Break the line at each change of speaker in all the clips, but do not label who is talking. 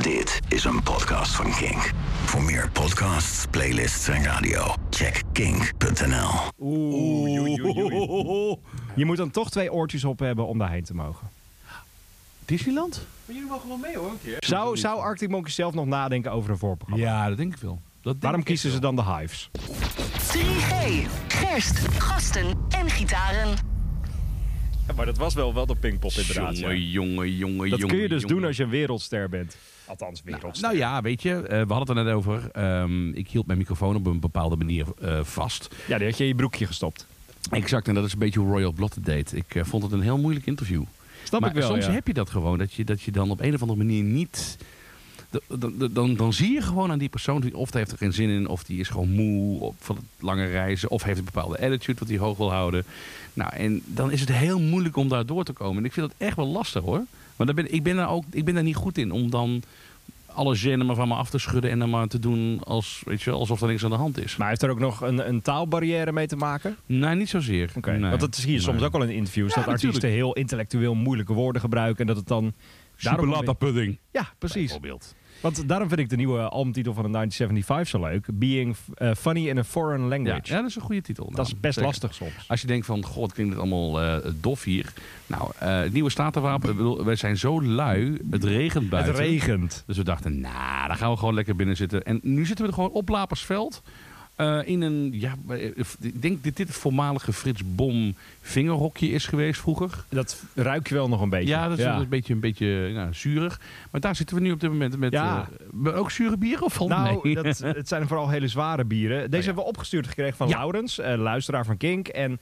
Dit is een podcast van Kink. Voor meer podcasts, playlists en radio, check kink.nl.
Je moet dan toch twee oortjes op hebben om daarheen te mogen.
Disneyland?
Zou, zou Arctic Monkey zelf nog nadenken over een voorprogramma?
Ja, dat denk ik wel. Dat denk
Waarom
ik
kiezen ze dan de Hives?
3G, gerst, gasten en gitaren.
Ja, maar dat was wel wel de Pinkpop inderdaad. ja.
Jongen, jongen, jongen,
Dat kun je dus
jongen.
doen als je een wereldster bent. Althans, wereldster.
Nou ja, weet je, eh, we hadden het er net over. Ehm, ik hield mijn microfoon op een bepaalde manier eh, vast.
ja, die had je in je broekje gestopt.
Exact, en dat is een beetje hoe Royal Blood het deed. Ik eh, vond het een heel moeilijk interview.
Snap
maar
ik wel,
soms
ja.
heb je dat gewoon, dat je, dat je dan op een of andere manier niet... d- Dan, dan- dan, dan zie je gewoon aan die persoon, die- of die heeft er geen zin in, of die is gewoon moe of van het lange reizen, of heeft een bepaalde attitude wat hij hoog wil houden. Nou, en dan is het heel moeilijk om daar door te komen. En ik vind dat echt wel lastig hoor. Maar daar ben, ik, ben daar ook, ik ben daar niet goed in om dan alle zinnen maar van me af te schudden en dan maar te doen als, weet je, wel, alsof er niks aan de hand is.
Maar heeft er ook nog een, een taalbarrière mee te maken?
nee, niet zozeer.
Oké.
Nee.
Want dat is hier soms
Nee.
ook al in interviews.
Ja,
dat artiesten heel intellectueel moeilijke woorden gebruiken. En dat het dan... daarom-
pudding.
Ja, precies.
Bijvoorbeeld.
Want daarom vind ik de nieuwe albumtitel van de 1975 zo leuk. Being eh, Funny in a Foreign
Ja,
Language.
ja, dat is een goede titel. Nou,
Dat is best
Zeker.
lastig soms.
Als je denkt van, god, het klinkt het allemaal eh, dof hier. Nou, eh, het nieuwe Statenwapen, ik bedoel, wij zijn zo lui, het regent buiten.
Het regent.
Dus we dachten, nou, dan gaan we gewoon lekker binnen zitten. En nu zitten we er gewoon op Lapersveld. eh, in een, ja, eh, ik denk dat dit het voormalige Frits Bom vingerhokje is geweest vroeger.
Dat ruik je wel nog een beetje.
Ja, dat is een beetje, een beetje nou, zuurig. Maar daar zitten we nu op dit moment met
Ja.
eh, ook zure bieren of valt
Nou,
mee?
dat, het zijn vooral hele zware bieren. Deze hebben we opgestuurd gekregen van
Oh, Ja.
Laurens, eh, luisteraar van Kink. En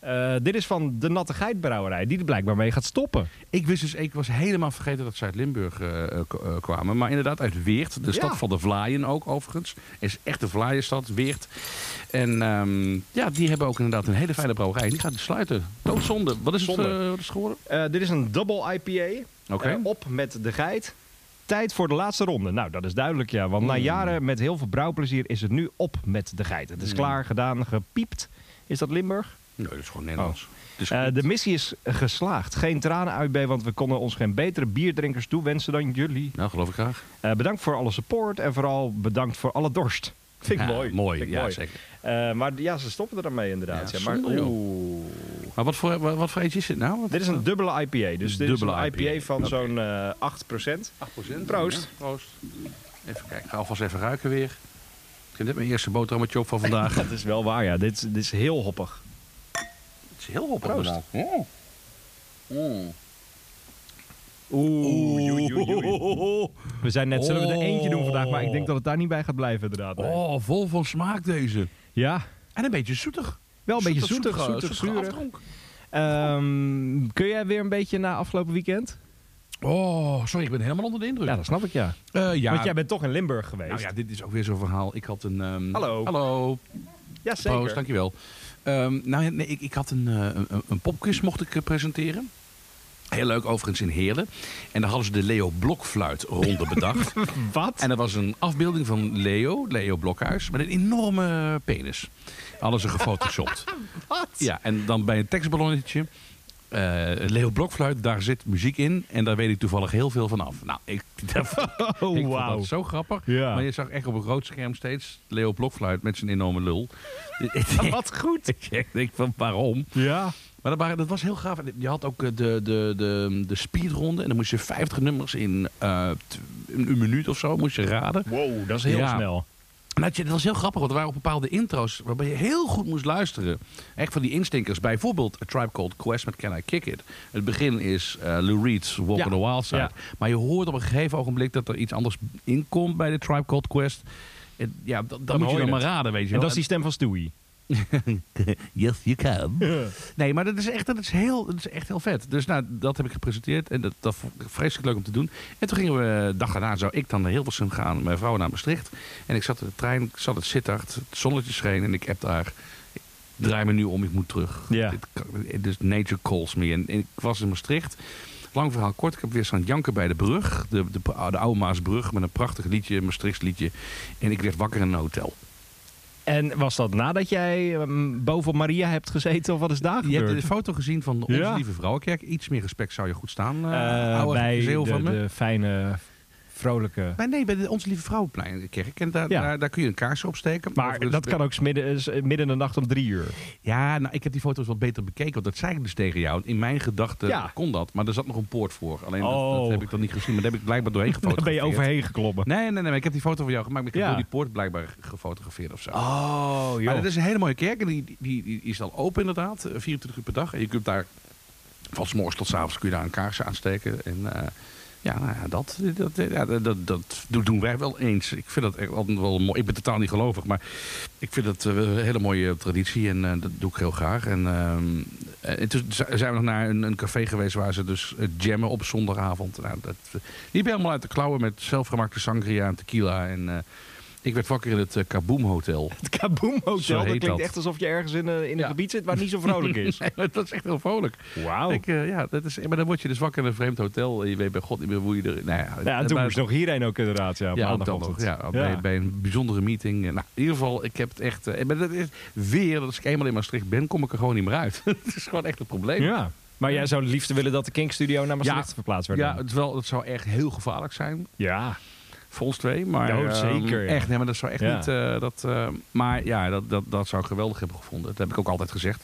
eh, dit is van de Natte Geitbrouwerij, die er blijkbaar mee gaat stoppen.
Ik wist dus, ik was helemaal vergeten dat ze uit Limburg eh, eh, k- eh, kwamen. Maar inderdaad uit Weert, de stad van de Vlaaien ook overigens. Is echt de Vlaaienstad, Weert. En ehm, ja, die hebben ook inderdaad een hele fijne brouwerij. Die gaat sluiten. Doodzonde. Wat is het,
Zonde.
eh, wat is het geworden?
Eh, dit is een double IPA.
Oké.
Eh, op met de geit. Tijd voor de laatste ronde. Nou, dat is duidelijk, ja. Want
Hmm.
na jaren met heel veel brouwplezier is het nu op met de geit.
Hmm.
Het is klaar, gedaan, gepiept. Is dat Limburg?
Nee, dat is gewoon Nederlands. Het is
Eh,
goed.
de missie is geslaagd. Geen tranen uit, B, want we konden ons geen betere bierdrinkers toewensen dan jullie.
Nou, geloof ik graag.
Eh, bedankt voor alle support en vooral bedankt voor alle dorst. Vind ik
Ja,
mooi.
mooi,
Vind ik
ja, zeker.
Eh, maar ja, ze stoppen er dan mee inderdaad.
Ja,
Ja, maar,
zonde, joh.
oeh.
Maar wat voor, wat, wat voor eentje is dit nou? Wat-
Dit is een dubbele IPA. Dus dit
Dubbele
is een IPA,
IPA
van
oké.
zo'n eh 8%.
8%.
Proost.
Ja, proost. Even kijken. Ik ga alvast even ruiken weer. Ik heb net mijn eerste boterhammetje op van vandaag.
Dat is wel waar, ja. Dit, is- dit is heel hoppig.
het is heel hoppig.
Proost.
inderdaad. Oh. Mm.
Oeh. We zijn net, zullen we er eentje doen vandaag, maar ik denk dat het daar niet bij gaat blijven inderdaad. nee.
Oh, vol van smaak deze.
Ja,
En een beetje zoetig.
wel een beetje
Zoetig,
zoetig,
zoetige-
zoetig,
zoetige
zuurig.
afdronk.
Ehm, kun jij weer een beetje na afgelopen weekend?
Oh, sorry, ik ben helemaal onder de indruk.
Ja, dat snap ik, ja.
Eh, ja.
Want jij bent toch in Limburg geweest?
Nou ja, dit is ook weer zo'n verhaal. Ik had een... ehm,
Hallo.
Hallo.
Ja,
Proost, dankjewel. Ehm, nou, ja, nee, ik, ik had een, eh, een, een popquiz mocht ik eh, presenteren. Heel leuk, overigens in Heerlen. En daar hadden ze de Leo Blokfluit ronde bedacht.
Wat?
En dat was een afbeelding van Leo, Leo Blokhuis, met een enorme penis. Hadden ze gefotoshopt. Wat? Ja, en dan bij een tekstballonnetje. eh, Leo Blokfluit, daar zit muziek in. En daar weet ik toevallig heel veel van af. Nou, ik, dat,
Oh,
ik vond
wauw.
dat zo grappig.
Ja.
Maar je zag echt op een groot scherm steeds Leo Blokfluit met zijn enorme lul.
Wat goed.
ik denk van, waarom?
Ja.
Maar dat, waren- dat was heel gaaf. Je had ook eh, de, de, de, de speedronde. En dan moest je 50 nummers in eh, t- een minuut of zo moest je raden.
Wow, dat is
heel
heel
snel.
snel.
En Dat, je, dat was heel grappig, want er waren ook bepaalde intro's waarbij je heel goed moest luisteren. Echt van die instinkers. Bijvoorbeeld A Tribe Called Quest met Can I Kick It. Het begin is eh, Lou Reed's Walk
Ja.
on the Wild Side.
Ja.
Maar je hoort op een gegeven ogenblik dat er iets anders inkomt bij de Tribe Called Quest. En ja, dat, dat moet je
hoor
dan
je
maar
het.
raden, weet je
En
wel.
dat is die stem van Stewie.
Yes, you can. Nee, maar dat is echt, dat is heel, dat is echt heel vet. Dus nou, dat heb ik gepresenteerd. En dat, dat vond ik vreselijk leuk om te doen. En toen gingen we, de dag daarna zou ik dan naar Hilversum gaan. Mijn vrouw naar Maastricht. En ik zat in de trein, ik zat in Sittard. Het zonnetje scheen en ik heb daar... ik Draai me nu om, ik moet terug.
Ja.
Dit kan- Dus nature calls me. En, en ik was in Maastricht. Lang verhaal kort, ik heb weer staan janken bij de brug. De, de, de oude Maasbrug met een prachtig liedje, een Maastrichts liedje. En ik werd wakker in een hotel.
En was dat nadat jij ehm, boven Maria hebt gezeten of wat is daar
Je
gebeurd?
hebt de foto gezien van Onze
Ja.
Lieve Vrouwenkerk. Iets meer respect zou je goed staan. eh
Eh,
oude
bij
zeeuw
de,
van me.
de fijne vrolijke...
Maar nee, bij de Onze Lieve Vrouwenpleinkerk. En daar,
Ja.
daar, daar kun je een kaars opsteken.
Maar
Overigens-
dat kan ook 's midden, is, eh, midden in de nacht om drie uur.
Ja, nou, ik heb die foto's wat beter bekeken. Want dat zei ik dus tegen jou. In mijn gedachten
Ja.
kon dat. Maar er zat nog een poort voor. Alleen dat, dat
Oh.
heb ik dan niet gezien. Maar daar heb ik blijkbaar doorheen
Dan
gefotografeerd.
ben je overheen geklommen.
Nee, nee, nee. maar Ik heb die foto van jou gemaakt. Maar ik
Ja.
heb door die poort blijkbaar gefotografeerd of zo.
Oh,
Maar dat is een hele mooie kerk. En die, die, die die is dan open inderdaad. eh, 24 uur per dag. En je kunt daar van 's morgens tot 's avonds kun je daar een kaars aansteken. En eh, ja, nou ja, dat, dat, ja, dat, dat, dat doen wij wel eens. Ik vind dat echt altijd wel mooi. Ik ben totaal niet gelovig, maar ik vind dat eh, een hele mooie traditie. En eh, dat doe ik heel graag. En, ehm, eh, en toen z- zijn we nog naar een, een café geweest waar ze dus eh, jammen op zondagavond. Nou, dat, die ben helemaal uit de klauwen met zelfgemaakte sangria en tequila. En eh, ik werd wakker in het eh, Kaboom Hotel.
Het Kaboom
Zo
Hotel, dat
heet
klinkt
dat.
echt alsof je ergens in een, in een
Ja.
gebied zit waar het niet zo vrolijk is.
Nee, dat is echt heel vrolijk.
Wauw.
Ik, eh, ja, dat is, maar dan word je dus wakker in een vreemd hotel. En je weet bij god niet meer hoe je er... Nou ja,
Ja, en toen
maar-
moest je nog hierheen ook inderdaad, ja, op
ja, ook dan nog.
maandagochtend.
Ja, Bij, bij een bijzondere meeting. Nou, in ieder geval, ik heb het echt... eh, maar dat is weer, als ik eenmaal in Maastricht ben, kom ik er gewoon niet meer uit. Het is gewoon echt een probleem.
Ja. Maar jij zou het liefst willen dat de King Studio naar Maastricht
Ja.
verplaatst werd?
Ja,
dan?
het, wel, het zou echt heel gevaarlijk zijn.
ja.
Voor ons twee, maar...
Ja,
eh,
Nou, zeker, ja.
Echt, nee, maar dat zou echt
Ja.
niet... eh, dat, eh, maar ja, dat, dat, dat zou ik geweldig hebben gevonden. Dat heb ik ook altijd gezegd.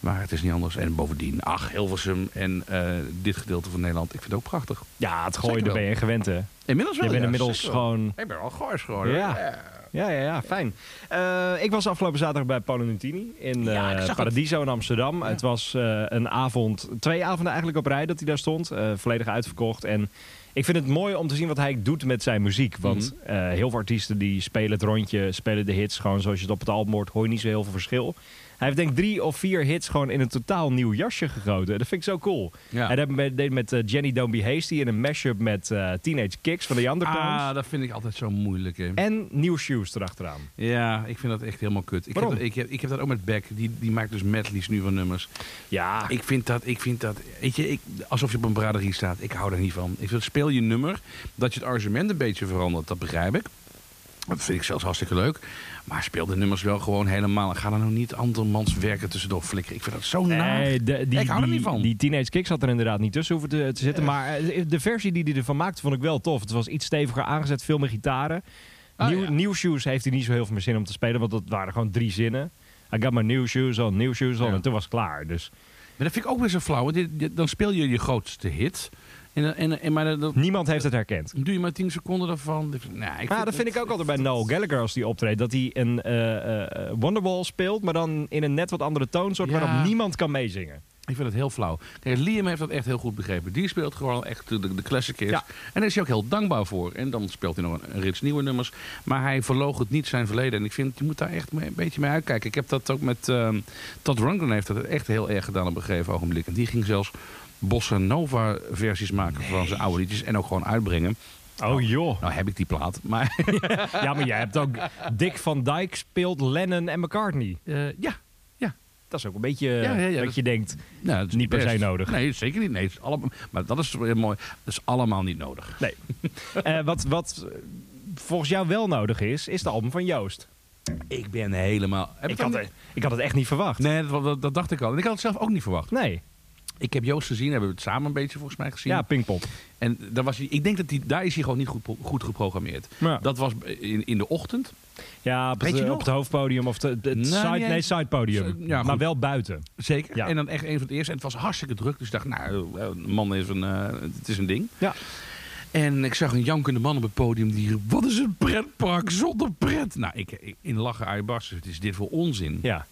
Maar het is niet anders. En bovendien, ach, Hilversum en eh, dit gedeelte van Nederland. Ik vind het ook prachtig.
ja het gooien,
Zeker
daar
wel.
ben je gewend, hè?
Inmiddels
Je
wel,
bent
ja,
inmiddels
zeker wel.
gewoon...
Ik ben wel goors geworden.
Ja. Ja, ja, ja, fijn. Eh, ik was afgelopen zaterdag bij Polonutini in eh,
Ja, ik zag het.
Paradiso in Amsterdam. Het was eh, een avond, twee avonden eigenlijk op rij dat hij daar stond. eh, volledig uitverkocht. En ik vind het mooi om te zien wat hij doet met zijn muziek. Want
Mhm.
eh, heel veel artiesten die spelen het rondje, spelen de hits. Gewoon zoals je het op het album hoort, hoor je niet zo heel veel verschil. Hij heeft denk ik drie of vier hits gewoon in een totaal nieuw jasje gegoten. Dat vind ik zo cool.
Ja.
Hij deed met, deed met eh, Jenny Don't Be Hasty in een mashup met eh, Teenage Kicks van de Undertones.
Ah, dat vind ik altijd zo moeilijk. Hè.
En nieuw shoes erachteraan.
Ja, ik vind dat echt helemaal kut. Ik, heb,
Waarom?
dat- ik, heb, ik heb dat ook met Beck. Die, die maakt dus medleys nu van nummers.
Ja,
Ik vind dat, ik vind dat weet je, ik, alsof je op een braderie staat. Ik hou daar niet van. Ik vind, speel je nummer, dat je het argument een beetje verandert, dat begrijp ik. Dat vind ik zelfs hartstikke leuk. Maar speel de nummers wel gewoon helemaal. En ga dan nou niet andermans werken tussendoor flikkeren. Ik vind dat zo naar.
Nee, de- die,
ik hou er
die-
niet van.
Die Teenage Kick zat er inderdaad niet tussen hoeven te, te zitten. Maar eh, de versie die hij ervan maakte vond ik wel tof. Het was iets steviger aangezet, veel meer gitaren.
Ah,
Nieuw,
ja.
New Shoes heeft hij niet zo heel veel meer zin om te spelen, want dat waren gewoon drie zinnen. I got my new shoes on, new shoes on.
Ja.
En toen was het klaar. Dus
Maar dat vind ik ook weer zo flauw. want dit- dit- Dan speel je je grootste hit. En, dan- en, en, maar dan
niemand heeft het herkend.
dan doe je maar 10 seconden daarvan. Ik vind- Nou, ik
Maar ja, dat vind ik ook altijd bij Noel Gallagher als die optreedt. Dat hij een eh, eh, Wonderwall speelt, maar dan in een net wat andere toonsoort
Ja.
waarop niemand kan meezingen.
Ik vind het heel flauw. Kijk, Liam heeft dat echt heel goed begrepen. Die speelt gewoon echt de, de classic hits.
Ja.
En daar is hij ook heel dankbaar voor. En dan speelt hij nog een, een rits nieuwe nummers. Maar hij verloogt niet zijn verleden. En ik vind, je moet daar echt mee- een beetje mee uitkijken. Ik heb dat ook met... ehm Todd Rundgren heeft dat echt heel erg gedaan op een gegeven ogenblik. En die ging zelfs bossa nova versies maken van zijn oude liedjes. En ook gewoon uitbrengen.
Oh joh.
Nou heb ik die plaat, maar...
Ja, maar jij hebt ook Dick van Dyke speelt Lennon en McCartney.
eh, ja, ja.
Dat is ook een beetje
ja, ja,
dat
dat-
je denkt.
Nou, dat is
Niet per
best.
se nodig.
Nee, zeker niet. Nee, het is allemaal, maar dat is weer mooi. Dat is allemaal niet nodig.
Nee. Eh, wat, wat eh, volgens jou wel nodig is, is de album van Joost.
Ik ben helemaal... Heb
Ik
dan-
had, het- ik had het echt niet verwacht.
Nee, dat, dat, dat dacht ik al. En ik had het zelf ook niet verwacht.
Nee.
Ik heb Joost gezien, hebben we het samen een beetje volgens mij gezien.
Ja, Pinkpop.
En daar, was hij, ik denk dat hij, daar is hij gewoon niet goed, pro- goed geprogrammeerd.
Ja.
Dat was in, in de ochtend.
Ja, op,
Weet
het,
je
eh,
nog?
op het hoofdpodium of de, het
Nou,
side,
niet
nee,
eens.
sidepodium.
Zo- ja, goed.
maar wel buiten.
Zeker.
Ja.
En dan echt een van het eerste. En het was hartstikke druk. Dus ik dacht, nou, eh, man is een, eh, het is een ding.
Ja.
En ik zag een jankende man op het podium die riep... Wat is een pretpark zonder pret? Nou, ik, ik- in lachen uitbarsten. Het is dit voor onzin.
Ja.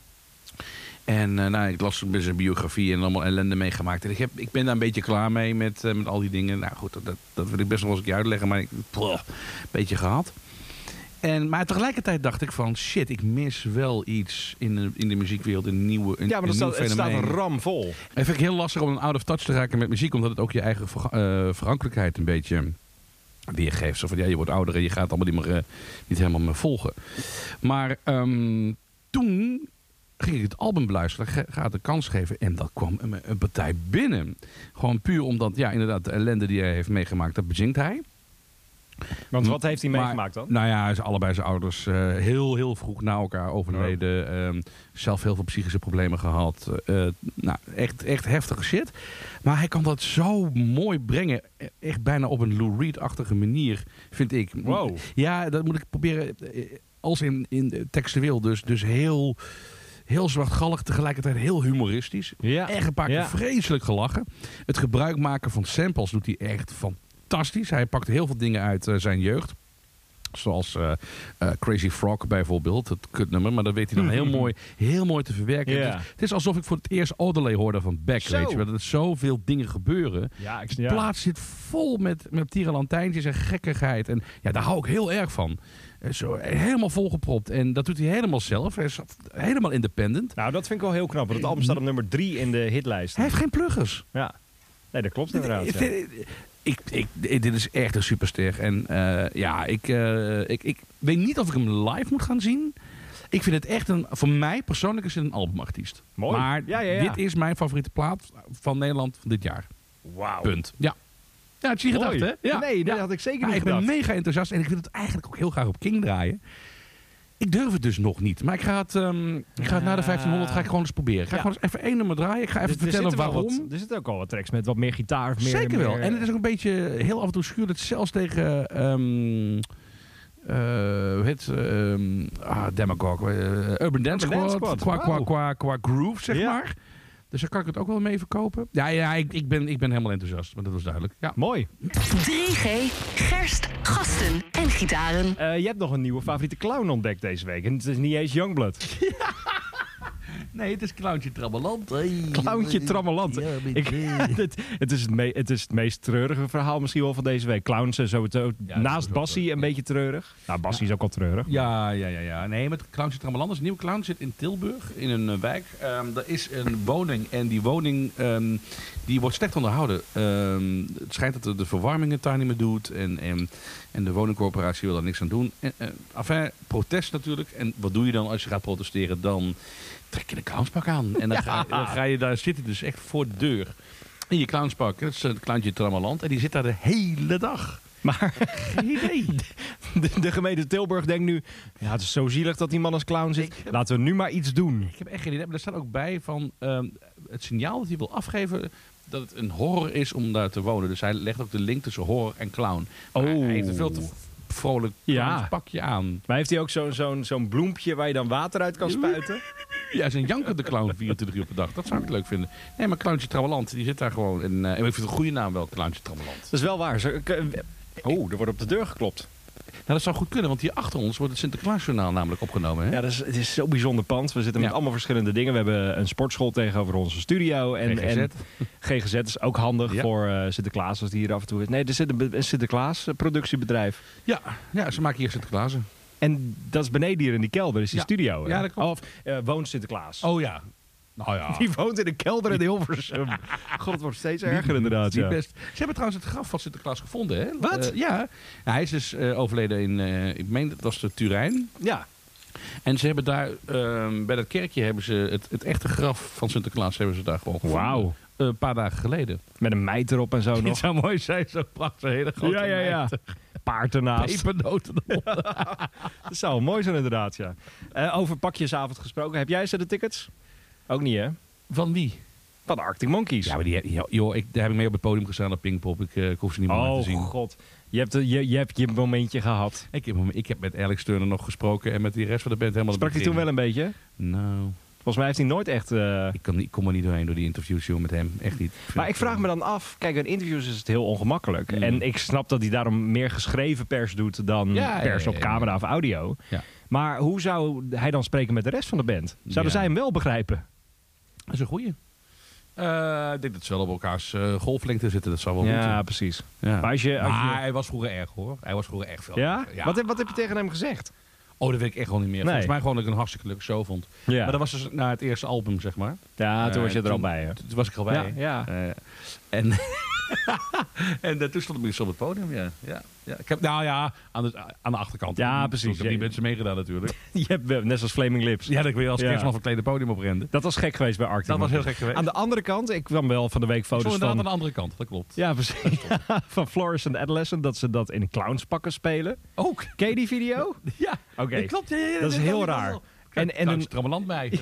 En eh, nou, ik las bij zijn biografie en allemaal ellende meegemaakt. En ik, heb, ik ben daar een beetje klaar mee met, eh, met al die dingen. Nou goed, dat, dat, dat wil ik best nog wel eens een keer uitleggen. Maar ik een beetje gehad. En, maar tegelijkertijd dacht ik van... Shit, ik mis wel iets in de, in de muziekwereld. Een nieuwe een,
ja, maar
een
het staat,
nieuw
het staat
fenomeen.
ramvol.
En vind ik heel lastig om een out of touch te raken met muziek. Omdat het ook je eigen verga- eh, vergankelijkheid een beetje weergeeft. Zo van, ja, je wordt ouder en je gaat allemaal niet, meer, eh, niet helemaal meer volgen. Maar ehm, toen ging ik het album beluisteren, ga- gaat de kans geven. En dat kwam een, een partij binnen. Gewoon puur omdat, ja, inderdaad, de ellende die hij heeft meegemaakt, dat bezinkt hij.
Want wat heeft hij
Maar-
meegemaakt dan?
Nou ja, hij is allebei zijn ouders eh, heel, heel vroeg na elkaar overleden.
Oh.
Ehm, zelf heel veel psychische problemen gehad. Eh, nou, echt, echt heftige shit. Maar hij kan dat zo mooi brengen. E- Echt bijna op een Lou Reed-achtige manier, vind ik.
Wow.
Ja, dat moet ik proberen. eh, Als in, in eh, textueel dus. Dus heel, heel zwartgallig, tegelijkertijd heel humoristisch.
Ja.
Echt een paar keer
Ja.
vreselijk gelachen. Het gebruik maken van samples doet hij echt fantastisch. Hij pakt heel veel dingen uit eh, zijn jeugd. Zoals eh, eh, Crazy Frog bijvoorbeeld, het kutnummer. Maar dat weet hij dan heel, mooi, heel mooi te verwerken.
Ja.
Het, is, het is alsof ik voor het eerst Odelay hoorde van Beck.
Zo.
Weet je wel, dat er zoveel dingen gebeuren.
Ja, ik
De plaats zit vol met, met tierenlantijntjes en gekkigheid. En ja, daar hou ik heel erg van. Eh, Zo, helemaal volgepropt. En dat doet hij helemaal zelf. Hij is helemaal independent.
Nou, dat vind ik wel heel knap. Want het album staat op nummer drie in de hitlijst.
Hij heeft geen pluggers.
Ja. Nee, dat klopt inderdaad. ja.
Ik, ik, ik- dit is echt een superster. En eh, ja, ik, eh, ik, ik weet niet of ik hem live moet gaan zien. Ik vind het echt een, voor mij persoonlijk is het een albumartiest.
Mooi.
Maar
Ja, ja, ja.
dit is mijn favoriete plaat van Nederland van dit jaar.
Wauw.
Punt. Ja. Ja, had je niet
Oh. Mooi.
gedacht, hè? Ja.
Nee, dat
Ja.
had ik zeker
Maar
niet
ik ben
gedacht.
mega enthousiast en ik wil het eigenlijk ook heel graag op King draaien. Ik durf het dus nog niet. Maar ik ga het, ehm, ik ga het na de 1500 ga ik gewoon eens proberen. Ik ga
Ja.
gewoon eens even één nummer draaien. Ik ga
Er- Dus
even
er
vertellen
zitten wel
waarom.
wat- er zitten ook al wat tracks met wat meer gitaar. Of meer,
Zeker wel.
meer,
En het is ook een beetje heel af en toe schuurt het zelfs tegen. ehm eh, hoe heet het? Ehm, ah, Demagog. eh, Urban Dance
Urban Dance
Squad.
Squad,
Qua, qua,
wauw.
qua, qua groove, zeg
Ja.
maar. Dus daar kan ik het ook wel mee verkopen. Ja, ja ik, ik, ben, ik ben helemaal enthousiast. Maar dat was duidelijk. Ja.
Mooi.
3G, gerst, gasten en gitaren.
Eh, je hebt nog een nieuwe favoriete clown ontdekt deze week. En het is niet eens Youngblood.
Nee, het is Clowntje Trabbeland.
Clowntje Trammeland. Ik, het, het, is het, me- het is het meest treurige verhaal misschien wel van deze week. Clowns en sowieso.
dat is
naast
wel
Bassie
treurig.
een beetje treurig. Nou, Bassie is ook al treurig.
Ja, ja, ja, ja. Nee, met Clowntje Trammeland is een nieuw clown. Zit in Tilburg, in een eh, wijk. Ehm er is een woning en die woning ehm, die wordt slecht onderhouden. Ehm, het schijnt dat de, de verwarming het daar niet meer doet. En, en, en de woningcorporatie wil daar niks aan doen. En, eh, enfin, protest natuurlijk. En wat doe je dan als je gaat protesteren? Dan trek je een clownspak aan. En dan, ga, dan ga je daar zitten, dus echt voor de deur. In je clownspak. Dat is het clowntje Trammeland. En die zit daar de hele dag.
Maar
Geen idee.
de, de gemeente Tilburg denkt nu... Ja, het is zo zielig dat die man als clown zit. Laten we nu maar iets doen.
Ik heb echt geen idee. Maar er staat ook bij van ehm, het signaal dat hij wil afgeven. Dat het een horror is om daar te wonen. Dus hij legt ook de link tussen horror en clown. Maar
Oh.
Hij heeft een veel te vrolijk
Ja.
pakje aan.
Maar heeft hij ook zo'n zo'n zo'n bloempje waar je dan water uit kan spuiten?
Ja, zijn jankende clown 24 uur per dag. Dat zou ik leuk vinden. Nee, maar Clowntje Trammeland, die zit daar gewoon. En, eh, ik vind het een goede naam wel, Clowntje Trammeland.
Dat is wel waar. Zo- ik- Oh, er wordt op de deur geklopt.
Nou, dat zou goed kunnen, want hier achter ons wordt het Sinterklaasjournaal namelijk opgenomen. Hè?
Ja, dat is, het is zo'n bijzonder pand. We zitten met
Ja.
allemaal verschillende dingen. We hebben een sportschool tegenover onze studio. En,
GGZ.
En GGZ is ook handig
Ja.
voor eh, Sinterklaas als die hier af en toe is. Nee, er zit een, be- een Sinterklaas eh, productiebedrijf.
ja, ja, ze maken hier Sinterklaasen.
En dat is beneden hier in die kelder, is die
Ja.
studio. hè?
Ja, dat klopt.
Of eh, woont Sinterklaas.
Oh ja. Nou ja.
Die woont in een kelder in Hilversum. God, het wordt steeds erger inderdaad.
Niet
ja.
best. Ze hebben trouwens het graf van Sinterklaas gevonden, hè?
Wat?
Eh, ja. Nou, hij is dus eh, overleden in, eh, ik meen dat was de Turijn.
ja.
En ze hebben daar, ehm, bij dat kerkje hebben ze het, het echte graf van Sinterklaas hebben ze daar gewoon gevonden.
Wauw.
Eh, een paar dagen geleden.
Met een meid erop en zo nog.
zou mooi zijn, zo'n prachtige hele
Ja, ja, ja. Paard ernaast.
Pepernoten. erop.
Dat zou wel mooi zijn inderdaad, ja. Eh, over pakjesavond gesproken. Heb jij ze de tickets? Ook niet, hè?
Van wie?
Van de Arctic Monkeys.
Ja, maar die, ja, joh, ik, daar heb ik mee op het podium gestaan op Pinkpop. Ik, eh, ik hoef ze niet meer
oh
te zien.
god. Je hebt, de- je, je hebt je momentje gehad.
Ik heb, ik heb met Alex Turner nog gesproken en met die rest van de band helemaal
Sprak
het
hij toen wel een beetje?
begin. Nou,
Volgens mij heeft hij nooit echt... eh,
Ik, kan niet, ik kom er niet doorheen door die interviews joh, met hem. Echt niet.
Maar ik vraag me dan af... Kijk, in interviews is het heel ongemakkelijk.
eh, Mm.
En ik snap dat hij daarom meer geschreven pers doet... dan
Ja, ja,
pers
ja,
op
ja.
camera of audio.
Ja.
Maar hoe zou hij dan spreken met de rest van de band? Zouden
Ja.
zij hem wel begrijpen?
Dat is een goeie. Eh, ik denk dat ze wel op elkaars eh, golflengte zitten. Dat zou wel Oh, moeten.
precies.
Ja.
Maar als je- als je-
Maar hij was vroeger erg hoor. Hij was vroeger echt veel.
Ja?
erger. Ja.
Wat, heb- wat heb je tegen hem gezegd?
Oh, dat weet ik echt gewoon niet meer.
Nee.
Volgens mij gewoon dat ik een hartstikke leuke show vond.
Ja,
Maar dat was dus na het eerste album, zeg maar.
ja toen
Eh,
was je er al bij, hè?
Toen was ik er al bij.
Ja, ja.
Eh, en en eh, toen stond ik dus op het podium, ja. ja, ja. Ik heb, nou ja, aan de, aan de achterkant.
Ja,
Ik
precies.
heb die mensen meegedaan natuurlijk.
Je hebt, eh, net als Flaming Lips.
Ja, dat ik weer als
Ja.
kerstman verkleed het podium oprende.
Dat was gek geweest bij Arctic.
Dat was heel
Monkeys.
gek geweest.
Aan de andere kant, ik kwam wel van de week
Zo
foto's
inderdaad aan
van...
de andere kant, dat klopt.
Ja, precies. van Florence and Adolescent, dat ze dat in clownspakken spelen.
Ook.
Ken je die video?
Ja,
Oké.
dat klopt. Ja, ja, ja,
Dat is heel
wel.
raar. En-
En,
en
en
een-
een trammeland bij.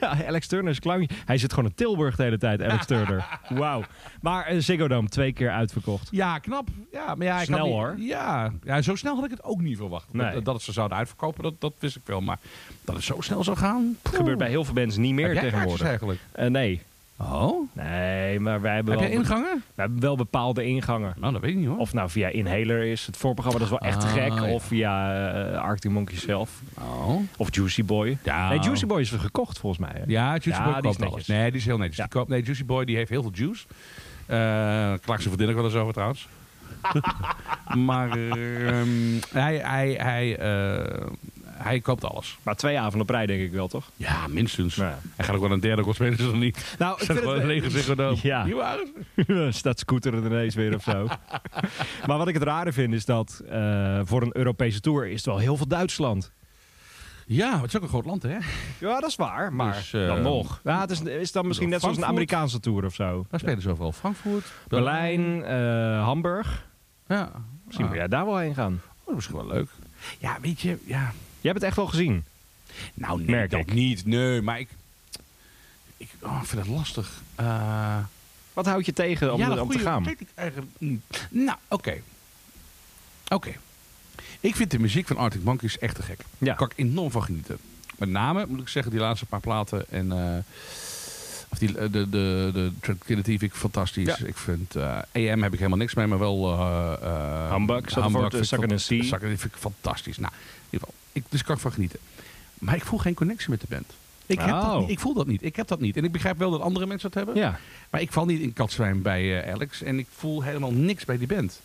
Ja, Alex Turner is clown. Hij zit gewoon in Tilburg de hele tijd, Alex Turner. Wauw. Maar eh, Ziggo Dome, twee keer uitverkocht.
Ja, knap. Ja, maar ja, ik had
Snel,
niet-
hoor.
Ja, ja, zo snel had ik het ook niet verwacht.
Nee.
Dat, dat het ze zouden uitverkopen, dat, dat wist ik wel. Maar dat het zo snel zou gaan.
Het gebeurt bij heel veel mensen niet meer
Heb jij kaartjes
tegenwoordig.
eigenlijk.
Eh, nee.
Oh,
Nee, maar wij hebben,
heb
wel,
jij ingangen?
wij hebben wel bepaalde ingangen.
Nou, dat weet ik niet hoor.
Of nou via Inhaler is het voorprogramma, dat is wel echt te
Ah,
gek.
ja.
Of via eh, Arctic Monkeys zelf.
Oh.
Of Juicy Boy.
Ja.
Nee, Juicy Boy is gekocht volgens mij. Hè?
Ja, Juicy
Ja,
Boy
die
koopt
is netjes.
alles. Nee, die is heel netjes.
Ja.
Die koopt, nee, Juicy Boy die heeft heel veel juice. Eh Klaar ze verdien ik wel eens over trouwens. maar ehm, hij, hij, hij, eh, hij koopt alles.
Maar twee avonden op rij denk ik wel, toch?
Ja, minstens.
Ja.
Hij gaat ook wel een derde kost spelen, dan niet.
Nou, ik
Zet
vind
gewoon
het-
een lege ziggo
Ja.
Hier waren ze.
staat scooter er ineens weer of zo. maar wat ik het rare vind is dat eh, voor een Europese tour is het wel heel veel Duitsland.
Ja, maar het is ook een groot land, hè?
Ja, dat is waar, maar
Dus, eh,
dan nog. Ja, het is, is dan misschien net zoals een
Frankfurt.
Amerikaanse tour of zo.
Daar spelen ze overal. Frankfurt,
Berlijn, eh, Hamburg.
Ja.
Misschien
Ah,
moet jij daar wel heen gaan.
oh, dat is misschien wel leuk. Ja, weet je, ja.
Jij hebt het echt wel gezien.
Nou, nee,
Merk
dat
ik.
niet. Nee, maar ik... Ik oh, ik vind het lastig. Eh,
Wat houdt je tegen om,
ja,
om
dat
te
goeie
gaan?
weet ik eigenlijk niet. Nou, oké. Oké. Ik vind de muziek van Arctic Monkeys echt te gek.
Ja.
Daar kan ik enorm van genieten. Met name, moet ik zeggen, die laatste paar platen. En, eh, of die, eh, de, de, de Tranquility vind ik fantastisch. Ik vind eh AM heb ik helemaal niks mee, maar wel... eh eh
Humbug, Sutherford, eh,
vind ik
Sucker
fan-
and Sea.
Sucker, die vind ik fantastisch. Nou, in ieder geval, ik, dus kan ik van genieten. Maar ik voel geen connectie met de band. Ik, heb dat
Oh.
niet, ik voel dat niet. Ik heb dat niet. En ik begrijp wel dat andere mensen dat hebben.
Ja.
Maar ik val niet in katzwijn bij eh, Alex en ik voel helemaal niks bij die band.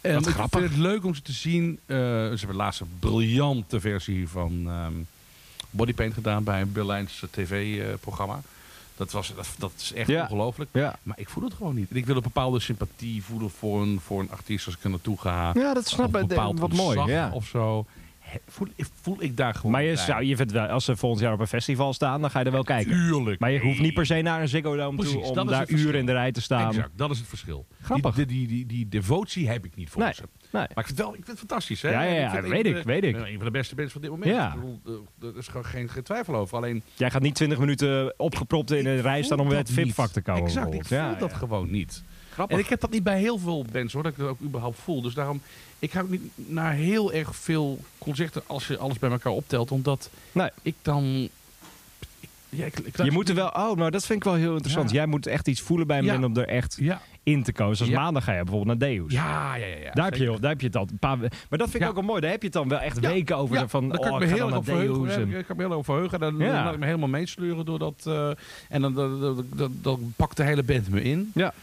En
Wat
ik
grappig.
vind het leuk om ze te zien. Eh, ze hebben laatst een briljante versie van ehm Body Paint gedaan bij een Berlijns tv-programma. dat, was, dat, dat is echt
Ja.
ongelooflijk.
Ja.
Maar ik voel het gewoon niet. En ik wil een bepaalde sympathie voelen voor een, voor een artiest als ik er naartoe ga.
ja, dat
Of
snap
een
ik.
bepaald
Wat mooi.
ontzag
Ja.
Of zo. He- voel, ik- voel ik daar gewoon
Maar je,
bij.
zou, je vindt wel, als ze volgend jaar op een festival staan, dan ga je er wel kijken.
Tuurlijk.
Maar je hoeft niet
Nee.
per se naar een Ziggo Dome
Precies,
toe
dat
om
is
daar
het verschil.
uren in de rij te staan.
Exact, dat is het verschil.
Grappig.
Die, die, die, die devotie heb ik niet voor
Nee,
ze.
nee.
Maar ik vind, wel, ik vind het fantastisch. Hè?
Ja, ja, ja,
Ik vind het
weet
een
ik,
van
weet ik.
nou, Een van de beste bands van dit moment.
Ja.
Ik bedoel, eh, Er is gewoon geen, geen twijfel over. Alleen,
Jij gaat niet 20 minuten eh, opgepropt in een rij staan om
voel
bij het
dat
VIP-vak
niet.
te komen.
Exact, ik
bijvoorbeeld.
voel
Ja,
dat
ja.
gewoon niet.
Grappig.
En ik heb dat niet bij heel veel bands hoor, dat ik dat ook überhaupt voel. Dus daarom, ik ga ook niet naar heel erg veel concerten als je alles bij elkaar optelt. Omdat
Nee.
ik dan... ik- ja, ik, ik-
Je moet er wel, oh, maar dat vind ik wel heel interessant.
Ja.
Jij moet echt iets voelen bij een
Ja.
band om er echt
Ja,
in te komen. Zoals
Ja.
maandag ga je bijvoorbeeld naar Deus.
ja, ja. ja, ja
Daar heb, je,
zeker.
heel- daar heb je het al. Een paar, we- maar dat vind ik
Ja.
ook wel mooi. Daar heb je het dan wel echt
Ja,
weken over.
ja,
zo van,
daar
oh,
kan ik
ik
me
ga
heel
dan
erg
naar
op verheugen.
Deus.
hoor.
en-
Ik kan me heel erg op verheugen. Dan
Ja.
dan laat ik me helemaal meesleuren door dat. eh, en dan, dan, dan, dan- dan pakt de hele band me in.
Ja.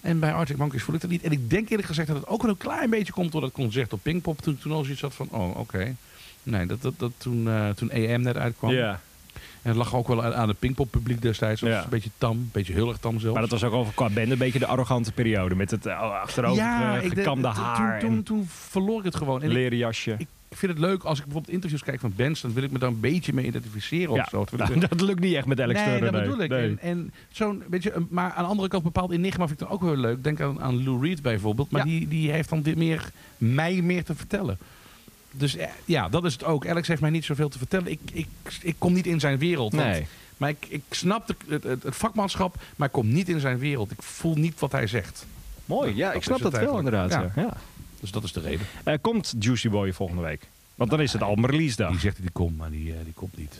En bij Arctic Monkeys voel ik dat niet. En ik denk eerlijk gezegd dat het ook wel een klein beetje komt door dat concert op Pinkpop. Toen, toen al zoiets had van, oh, oké. Nee, dat, dat, dat toen, eh toen AM net uitkwam.
Ja.
En het lag ook wel aan, aan het Pinkpop publiek destijds. Dat
Ja.
was een beetje tam, een beetje heel erg tam zelfs.
Maar dat was ook over qua band een beetje de arrogante periode. Met het eh, achterover eh,
ik denk-
gekamde
toen-
haar
Toen, toen, toen verloor ik het gewoon.
en
En ik-
leren jasje.
ik vind het leuk als ik bijvoorbeeld interviews kijk van bands. Dan wil ik me daar een beetje mee identificeren
Ja.
of zo. Dat wil ik-
Nou, dat lukt niet echt met Alex
nee,
Turner.
dat bedoel ik.
nee.
En, en zo'n, weet je, een- maar aan de andere kant bepaald enigma vind ik dan ook wel leuk. Denk aan, aan Lou Reed bijvoorbeeld,
Ja.
maar die, die heeft dan dit meer, mij meer te vertellen. Dus eh, ja, dat is het ook. Alex heeft mij niet zoveel te vertellen. Ik, ik, ik kom niet in zijn wereld. want-
Nee.
Maar ik, ik snap de- het, het, het vakmanschap, maar ik kom niet in zijn wereld. Ik voel niet wat hij zegt.
Mooi, ja,
Dat
ik
is
snap
het
dat wel
eigenlijk.
inderdaad. Ja.
Ja. Dus dat is de reden.
Eh, komt Juicy Boy volgende week? Want dan is het album release dag.
Die zegt dat die komt, maar die, eh, die komt niet.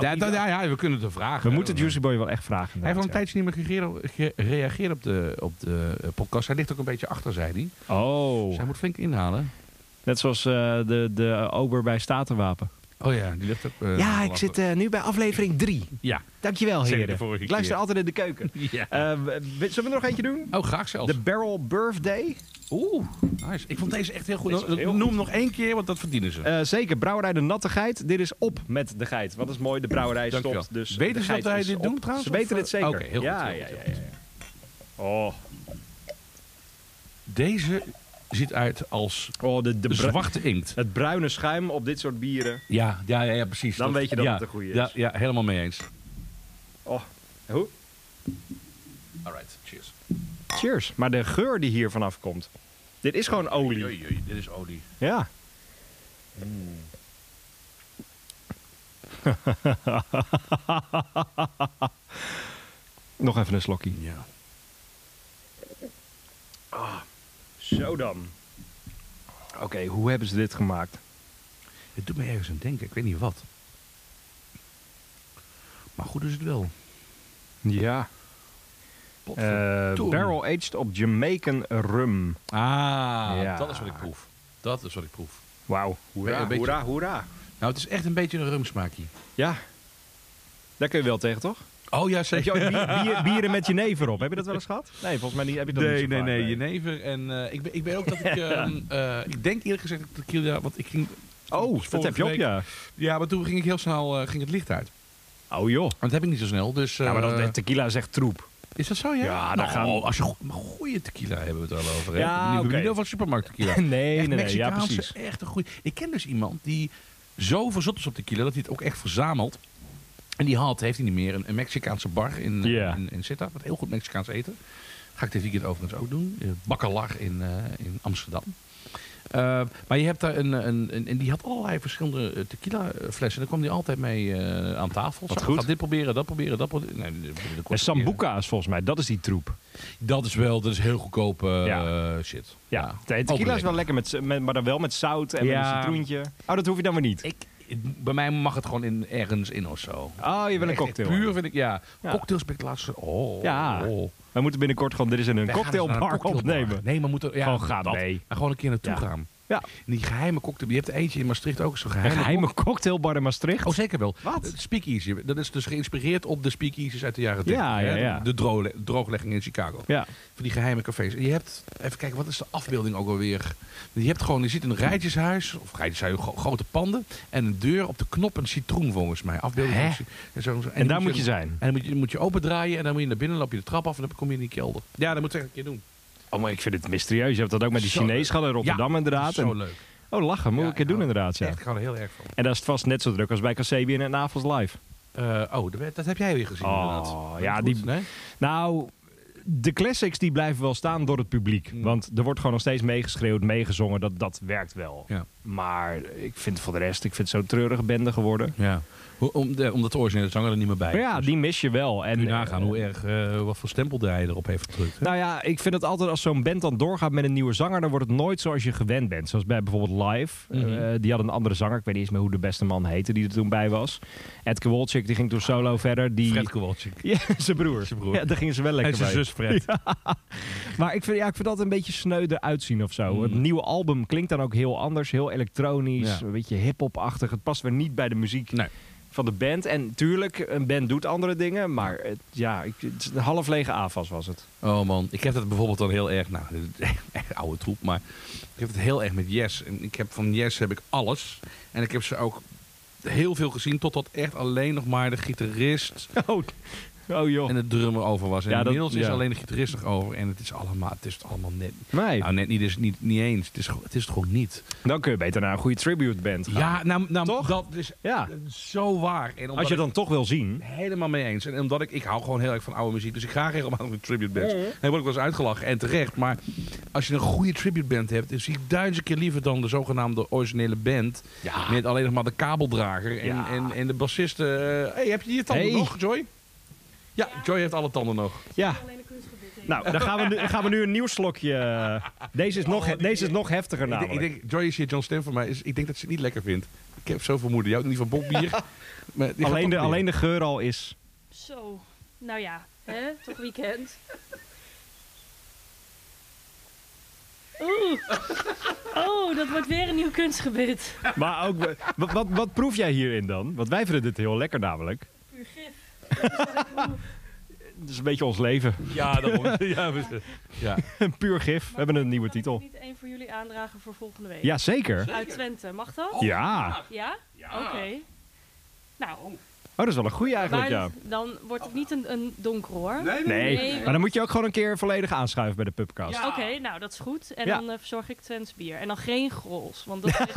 ja, da- ja, ja, we kunnen het hem vragen.
We
hè.
moeten Juicy Boy wel echt vragen.
Hij heeft al een
inderdaad,
tijdje niet meer gereageerd- gereageerd op de, op de eh, podcast. Hij ligt ook een beetje achter, zei hij.
ja. Oh,
Dus hij moet flink inhalen.
net zoals eh, de, de ober bij Statenwapen.
Oh ja, eh, die ligt ook... eh,
ja, ik
achter.
zit eh, nu bij aflevering 3.
Ja.
Dankjewel,
Zeg je de
heren.
vorige
Ik luister
keer.
altijd in de keuken.
Ja.
Eh, we- we- zullen we er nog eentje doen?
Oh, graag zelfs.
De Barrel Birthday.
Oeh, nice. Ik vond deze echt heel goed.
Deze is heel
Noem
goed.
nog één keer, want dat verdienen ze.
Eh, zeker, Brouwerij de Natte Geit. Dit is op met de geit. Wat is mooi, de brouwerij
Dankjewel.
stopt. Dus
Weten
de
ze
geit
dat wij
is
dit
op.
doen trouwens, eh,
Ze weten
of,
dit zeker.
eh, oké, heel goed,
ja,
heel
ja,
goed,
ja, ja, ja. Oh.
Deze ziet uit als
Oh, de, de bru-
zwarte inkt.
Het bruine schuim op dit soort bieren.
Ja, ja, ja, ja precies.
Dan weet je dat
ja,
het een goeie is.
Ja, ja, helemaal mee eens.
Oh, hoe?
Alright, cheers.
Cheers. Maar de geur die hier vanaf komt. Dit is gewoon olie.
Oei, oei, dit is olie.
Ja. Nog even een slokje.
Ja.
Ah, Zo dan. Oké, hoe hebben ze dit gemaakt?
Het doet me ergens aan denken, ik weet niet wat. Maar goed is het wel.
Ja.
Potverdorie.
Eh, barrel aged op Jamaican rum.
Ah,
Ja.
dat is wat ik proef. Dat is wat ik proef.
Wauw.
Ja,
Hoera,
een beetje-
hoera, hoera.
Nou, het is echt een beetje een rumsmaakje.
Ja. Daar kun je wel tegen, toch?
Oh ja,
Heb je ooit bier- bier- bieren met jenever op? Heb je dat wel eens gehad? Nee, volgens mij niet. Heb je dat
Nee,
niet zo
nee,
vaak,
nee, jenever. En eh, ik, ben, ik ben ook dat ik... ehm, eh, ik denk eerlijk gezegd dat ik hier... ja, Want ik ging...
Oh, dat
vorige
heb je op,
week-
ja.
Ja, maar toen ging ik heel snel eh, ging het licht uit.
Oh joh.
Want dat heb ik niet zo snel, dus...
Ja, maar dat,
eh,
de tequila is echt troep.
Is dat zo, ja?
Ja, dan
Nou,
gaan-
als je go- maar goede tequila hebben we het wel over. hè?
Ja,
niet,
oké.
niet over supermarkt tequila.
Nee, nee,
echt
nee. Ja,
Mexicaanse,
precies.
echt een goede. Ik ken dus iemand die zo verzot is op tequila dat hij het ook echt verzamelt. En die had, heeft hij niet meer, een, een Mexicaanse bar in, eh,
Ja.
in, in Sittard. Met heel goed Mexicaans eten. Ga ik dit weekend overigens ook doen. Eh, Bacalar in, eh, in Amsterdam. Eh, maar je hebt daar een, een, een- En die had allerlei verschillende eh, tequila eh, flessen. En daar kwam hij altijd mee eh, aan tafel. Zo,
goed.
Gaat dit proberen, dat proberen, dat proberen. Nee, dat- dat- dat-
En Sambuca is volgens mij, dat is die troep.
dat is wel, dat is heel goedkoop eh,
Ja.
shit.
Ja, de tequila is wel lekker, met, met, maar dan wel met zout en met
Oh, Ja.
een citroentje. Oh, dat hoef je dan weer niet.
Ik, ik- bij mij mag het gewoon in, ergens in of zo.
Oh, je wil een
Echt, echt
cocktail.
Puur vind ik, ja.
Ja.
Cocktails ben ik laatst... Oh.
Ja.
oh.
We moeten binnenkort gewoon, dit is in een
Wij gaan eens naar
cocktailbar
een cocktailbar.
opnemen.
Nee, maar moeten... Ja,
Gewoon gaan
dat.
mee.
Maar gewoon een keer naartoe
Ja.
gaan.
Ja,
En die geheime cocktail... Je hebt er eentje in Maastricht ook zo'n
een
geheime...
geheime cocktailbar in Maastricht.
Oh, zeker wel.
Wat?
Eh, Speakeasy. Dat is dus geïnspireerd op de speakeasies uit de jaren
Ja,
30, hè?
ja, ja.
De droole- drooglegging in Chicago.
Ja.
Van die geheime cafés. En je hebt... Even kijken, wat is de afbeelding ook alweer? Je hebt gewoon... Je zit in een rijtjeshuis. Of rijtjeshuis, gro- grote panden. En een deur op de knop een citroen, volgens mij. Afbeelding
Hè?
van ci- en, zo, en,
En daar moet je
zijn.
zijn.
En dan moet je, dan moet je opendraaien en dan moet je naar binnen, loop je de trap af en dan kom je in die kelder. Ja, dat moet ik echt een keer doen.
Oh, maar ik vind het mysterieus. Je hebt dat ook met die
Zo
Chinees
leuk.
gehad in Rotterdam
Ja,
inderdaad.
Zo
En-
leuk.
oh, lachen. Moet
Ja,
ik het
ik
doen
hou-
inderdaad, ja.
Echt, ik hou er heel erg van.
En dat is het vast net zo druk als bij Casabian en Avals Live.
Eh, oh, dat, dat heb jij weer gezien
Oh,
inderdaad.
ja,
Goed,
die-
nee?
Nou, de classics die blijven wel staan door het publiek.
Mm.
Want er wordt gewoon nog steeds meegeschreeuwd, meegezongen. Dat, dat werkt wel.
Ja.
Maar ik vind voor de rest, ik vind het zo'n treurige bende geworden.
ja. Ho- Om de, omdat de originele zanger er niet meer bij
Maar
is.
ja,
Dus
die mis je wel. En,
kun je nagaan
eh,
hoe erg, eh, wat voor stempel hij erop heeft gedrukt. hè?
Nou ja, ik vind het altijd als zo'n band dan doorgaat met een nieuwe zanger, dan wordt het nooit zoals je gewend bent. Zoals bij bijvoorbeeld Live.
Mhm.
Eh, die had een andere zanger, ik weet niet eens meer hoe de beste man heette die er toen bij was. Ed Kowalczyk, die ging toen solo verder. Die...
Fred Kowalczyk.
Ja, zijn broer.
Zijn broer.
Ja, daar gingen ze wel
En
lekker
zijn
bij.
zus Fred.
Maar ik vind, ja, ik vind dat een beetje sneuder uitzien of zo.
Mm.
Het nieuwe album klinkt dan ook heel anders. Heel elektronisch,
Ja.
een beetje hip-hop-achtig. Het past weer niet bij de muziek
Nee.
van de band. En tuurlijk, een band doet andere dingen. Maar het, ja, ik, het is een half lege AFAS was het.
Oh man, ik heb dat bijvoorbeeld dan heel erg, nou, dit is echt oude troep, maar ik heb het heel erg met Yes. En ik heb van Yes heb ik alles. En ik heb ze ook heel veel gezien, totdat echt alleen nog maar de gitarist
Oh, oh joh.
en de drummer over was. En
Ja, dat-
inmiddels is
ja.
alleen de gitarist nog over en het is allemaal, het is het allemaal net,
nee,
nou, net niet, is het niet, niet eens. Het is, gewoon- het is het gewoon niet.
dan kun je beter naar een goede tribute band gaan.
Ja, nou, nou
Toch?
dat is
Ja.
zo waar. En omdat
Als je
ik-
dan toch wil zien.
helemaal mee eens. En omdat ik, ik hou gewoon heel erg van oude muziek, dus ik ga regelmatig met tribute bands. Dan word ik wel eens uitgelachen en terecht. Maar als je een goede tribute band hebt, dan zie ik duizend keer liever dan de zogenaamde originele band.
Ja.
Met alleen nog maar de kabeldrager en,
Ja.
en, en de bassist. eh, hey, heb je je tanden
Hey.
nog, Joy? Ja, Joy heeft alle tanden nog.
Ja. Nou, dan gaan we nu, gaan we nu een nieuw slokje. eh, Deze is nog, he- deze is nog heftiger
Oh, Ik, denk-
namelijk.
ik denk, Joy is hier John Stanford, maar is, ik denk dat ze het niet lekker vindt. Ik heb zoveel moeder. Jou niet van bokbier. maar die gaat
alleen,
toch
de,
weer.
alleen de geur al is...
Zo, nou ja, hè? toch weekend. Oeh, oh, dat wordt weer een nieuw kunstgebied.
Maar ook, wa- wat, wat, wat proef jij hierin dan? Want wij vinden dit heel lekker namelijk.
Puur gif.
Het is een beetje ons leven.
Ja, daarom. ja, we- ja.
Een puur gif. We hebben een nieuwe
Kan
titel.
Ik niet één voor jullie aandragen voor volgende week.
Ja, zeker. Oh.
Uit Twente, mag dat?
Ja. Oh.
Ja? Oké. Nou,
dat is wel een goeie eigenlijk,
Maar
ja.
dan wordt het niet een, een donker hoor.
Nee,
Nee.
maar dan moet je ook gewoon een keer volledig aanschuiven bij de pubcast.
Oké, nou dat is goed. En
Ja.
dan eh, verzorg ik Twents bier. En dan geen grols, want dat, ligt,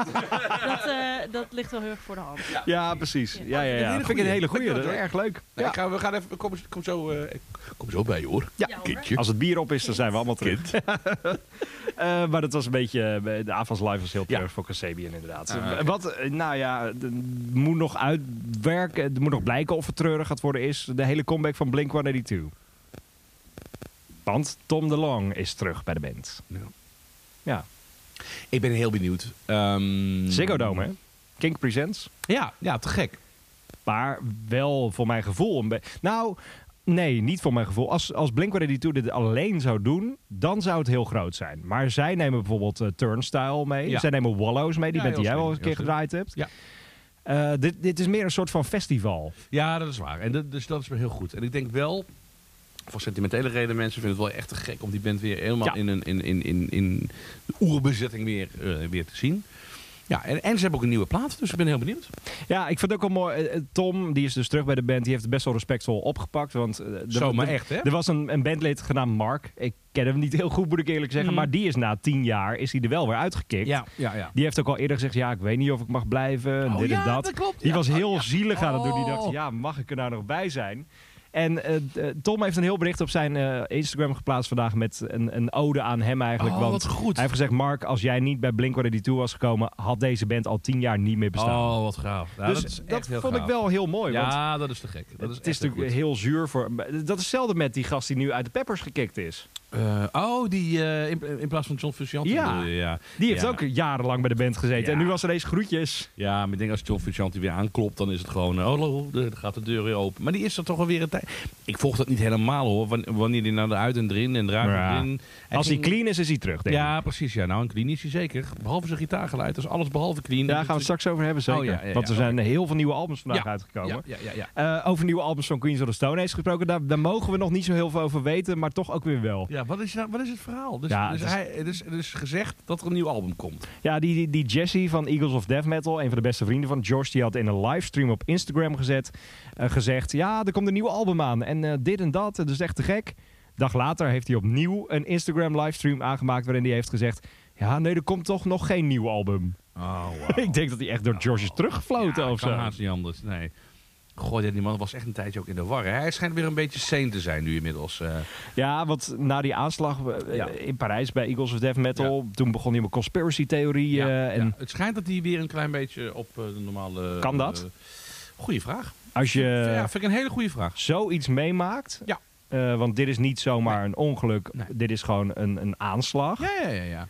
dat, eh, dat ligt wel heel erg voor de hand.
Ja, precies. Ja, ja, ja.
hele
Dat vind ik een
goeie.
hele goeie. Dat is
Dankjewel,
erg leuk.
Nou,
Ja.
ik ga, we gaan even, ik kom, ik kom, zo, eh, ik kom zo bij je hoor.
Ja.
Ja, hoor.
Kindje.
Als het bier op is, dan zijn we allemaal terug. Eh, maar dat was een beetje... eh, De avonds live was heel
Ja.
terug voor Casabian inderdaad. Wat, eh, nou ja, het moet nog uitwerken. Het moet nog blijken of het treurig gaat worden is. De hele comeback van Blink-182. Want Tom DeLong is terug bij de band.
Ja.
Ja.
Ik ben heel benieuwd. Ehm,
Ziggo Dome, hè? King Presents.
Ja, ja, te gek.
Maar wel voor mijn gevoel. Een be- nou, nee, niet voor mijn gevoel. Als, als Blink-182 dit alleen zou doen, dan zou het heel groot zijn. Maar zij nemen bijvoorbeeld eh, Turnstile mee.
Ja.
Zij nemen Wallows mee, die
Ja,
band die
heel
jij wel eens een
slim,
keer
heel
gedraaid hebt.
Ja.
Eh, dit, dit is meer een soort van festival.
Ja, dat is waar. En dat, dus dat is wel heel goed. En ik denk wel, voor sentimentele reden, mensen vinden het wel echt te gek om die band weer helemaal
Ja.
in, een, in, in, in, in de oerbezetting weer, eh, weer te zien. Ja, en, en ze hebben ook een nieuwe plaat, dus ik ben heel benieuwd.
Ja, ik vind het ook wel mooi. eh, eh, Tom, die is dus terug bij de band, die heeft het best wel respectvol opgepakt. Want eh, er-
Zo, maar
er-
echt, hè?
Er was een, een bandlid genaamd Mark. Ik ken hem niet heel goed, moet ik eerlijk zeggen. Maar die is na tien jaar is hij er wel weer uitgekikt.
ja, ja.
Die heeft ook al eerder gezegd, ja, ik weet niet of ik mag blijven. en
Oh
dit
ja,
en dat.
dat klopt.
Die
Ja.
was heel zielig aan het doen. Die
Oh.
dacht, ja, mag ik er nou nog bij zijn? En eh, d- eh, Tom heeft een heel bericht op zijn eh, Instagram geplaatst vandaag met een, een ode aan hem eigenlijk.
Oh,
want
wat goed.
hij heeft gezegd, Mark, als jij niet bij Blink-182 was gekomen, had deze band al tien jaar niet meer bestaan.
Oh, wat gaaf. Ja,
dus
dat is
dat,
echt heel
vond ik
gaaf.
wel heel mooi. want
Ja, dat is te gek. Dat is
het is
echt heel
natuurlijk
goed.
heel zuur voor... Dat is hetzelfde met die gast die nu uit de Peppers gekikt is.
Eh, oh, die eh, in, in plaats van John Frusciante.
Ja.
bedoel je, ja.
Die heeft
Ja.
ook jarenlang bij de band gezeten.
Ja.
En nu was er eens groetjes.
Ja, maar ik denk als John Frusciante weer aanklopt, dan is het gewoon... eh, Hallo, dan gaat de deur weer open. Maar die is er toch alweer een tijd... Ik volg dat niet helemaal, hoor. wan- Wanneer die naar de uit en erin en eruit
Ja.
en erin...
Als hij
ging-
clean is, is hij terug, denk ik.
Ja, precies. Ja, nou, een clean is hij zeker. Behalve zijn gitaargeluid. Dat is alles behalve clean.
Daar gaan we het straks over hebben, zeker.
Oh, ja, ja, ja,
Want er
oké.
zijn heel veel nieuwe albums vandaag
Ja,
uitgekomen.
Ja, ja, ja. ja.
Eh, over nieuwe albums van Queens of the Stone Age gesproken. Daar, daar mogen we nog niet zo heel veel over weten, maar toch ook weer wel.
Ja, wat is, nou- wat is het verhaal? Dus,
Ja,
dus
het is-
hij, dus, dus gezegd dat er een nieuw album komt.
Ja, die, die, die Jesse van Eagles of Death Metal, een van de beste vrienden van George, die had in een livestream op Instagram gezet, eh, gezegd: Ja, er komt een nieuw album aan. En eh, dit en dat, eh, dat is echt te gek. Dag later heeft hij opnieuw een Instagram livestream aangemaakt waarin hij heeft gezegd: Ja, nee, er komt toch nog geen nieuw album.
Oh,
Ik denk dat hij echt door George is teruggefloten
Ja,
of zo.
kan haast niet anders, nee. Goh, ja, die man was echt een tijdje ook in de war. hè. Hij schijnt weer een beetje sane te zijn nu inmiddels. eh.
Ja, want na die aanslag eh,
Ja.
in Parijs bij Eagles of Death Metal, toen begon hij met conspiracy-theorieën.
Ja,
en
ja. Het schijnt dat hij weer een klein beetje op eh, de normale...
Kan dat?
eh, goeie vraag.
als je
ja, vind ik een hele goede vraag.
zoiets meemaakt,
Ja.
eh, want dit is niet zomaar een ongeluk,
Nee.
dit is gewoon een, een aanslag.
Ja, ja, ja. Ja,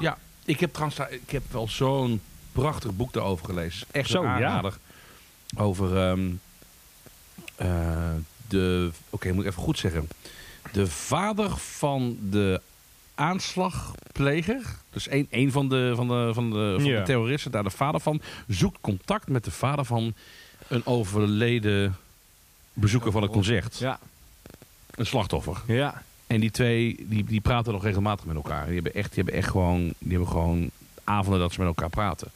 ja ik heb trouwens... daar- Ik heb wel zo'n prachtig boek daarover gelezen. Echt
Zo,
een
ja.
aanrader. Over ehm, eh, de... Oké, moet ik even goed zeggen. De vader van de aanslagpleger, dus een, een van de, van de, van de, van
Ja.
de terroristen, daar de vader van, zoekt contact met de vader van een overleden bezoeker van een concert.
Ja,
Een slachtoffer.
ja.
En die twee, die, die praten nog regelmatig met elkaar. Die hebben echt, die hebben echt gewoon, die hebben gewoon avonden dat ze met elkaar praten.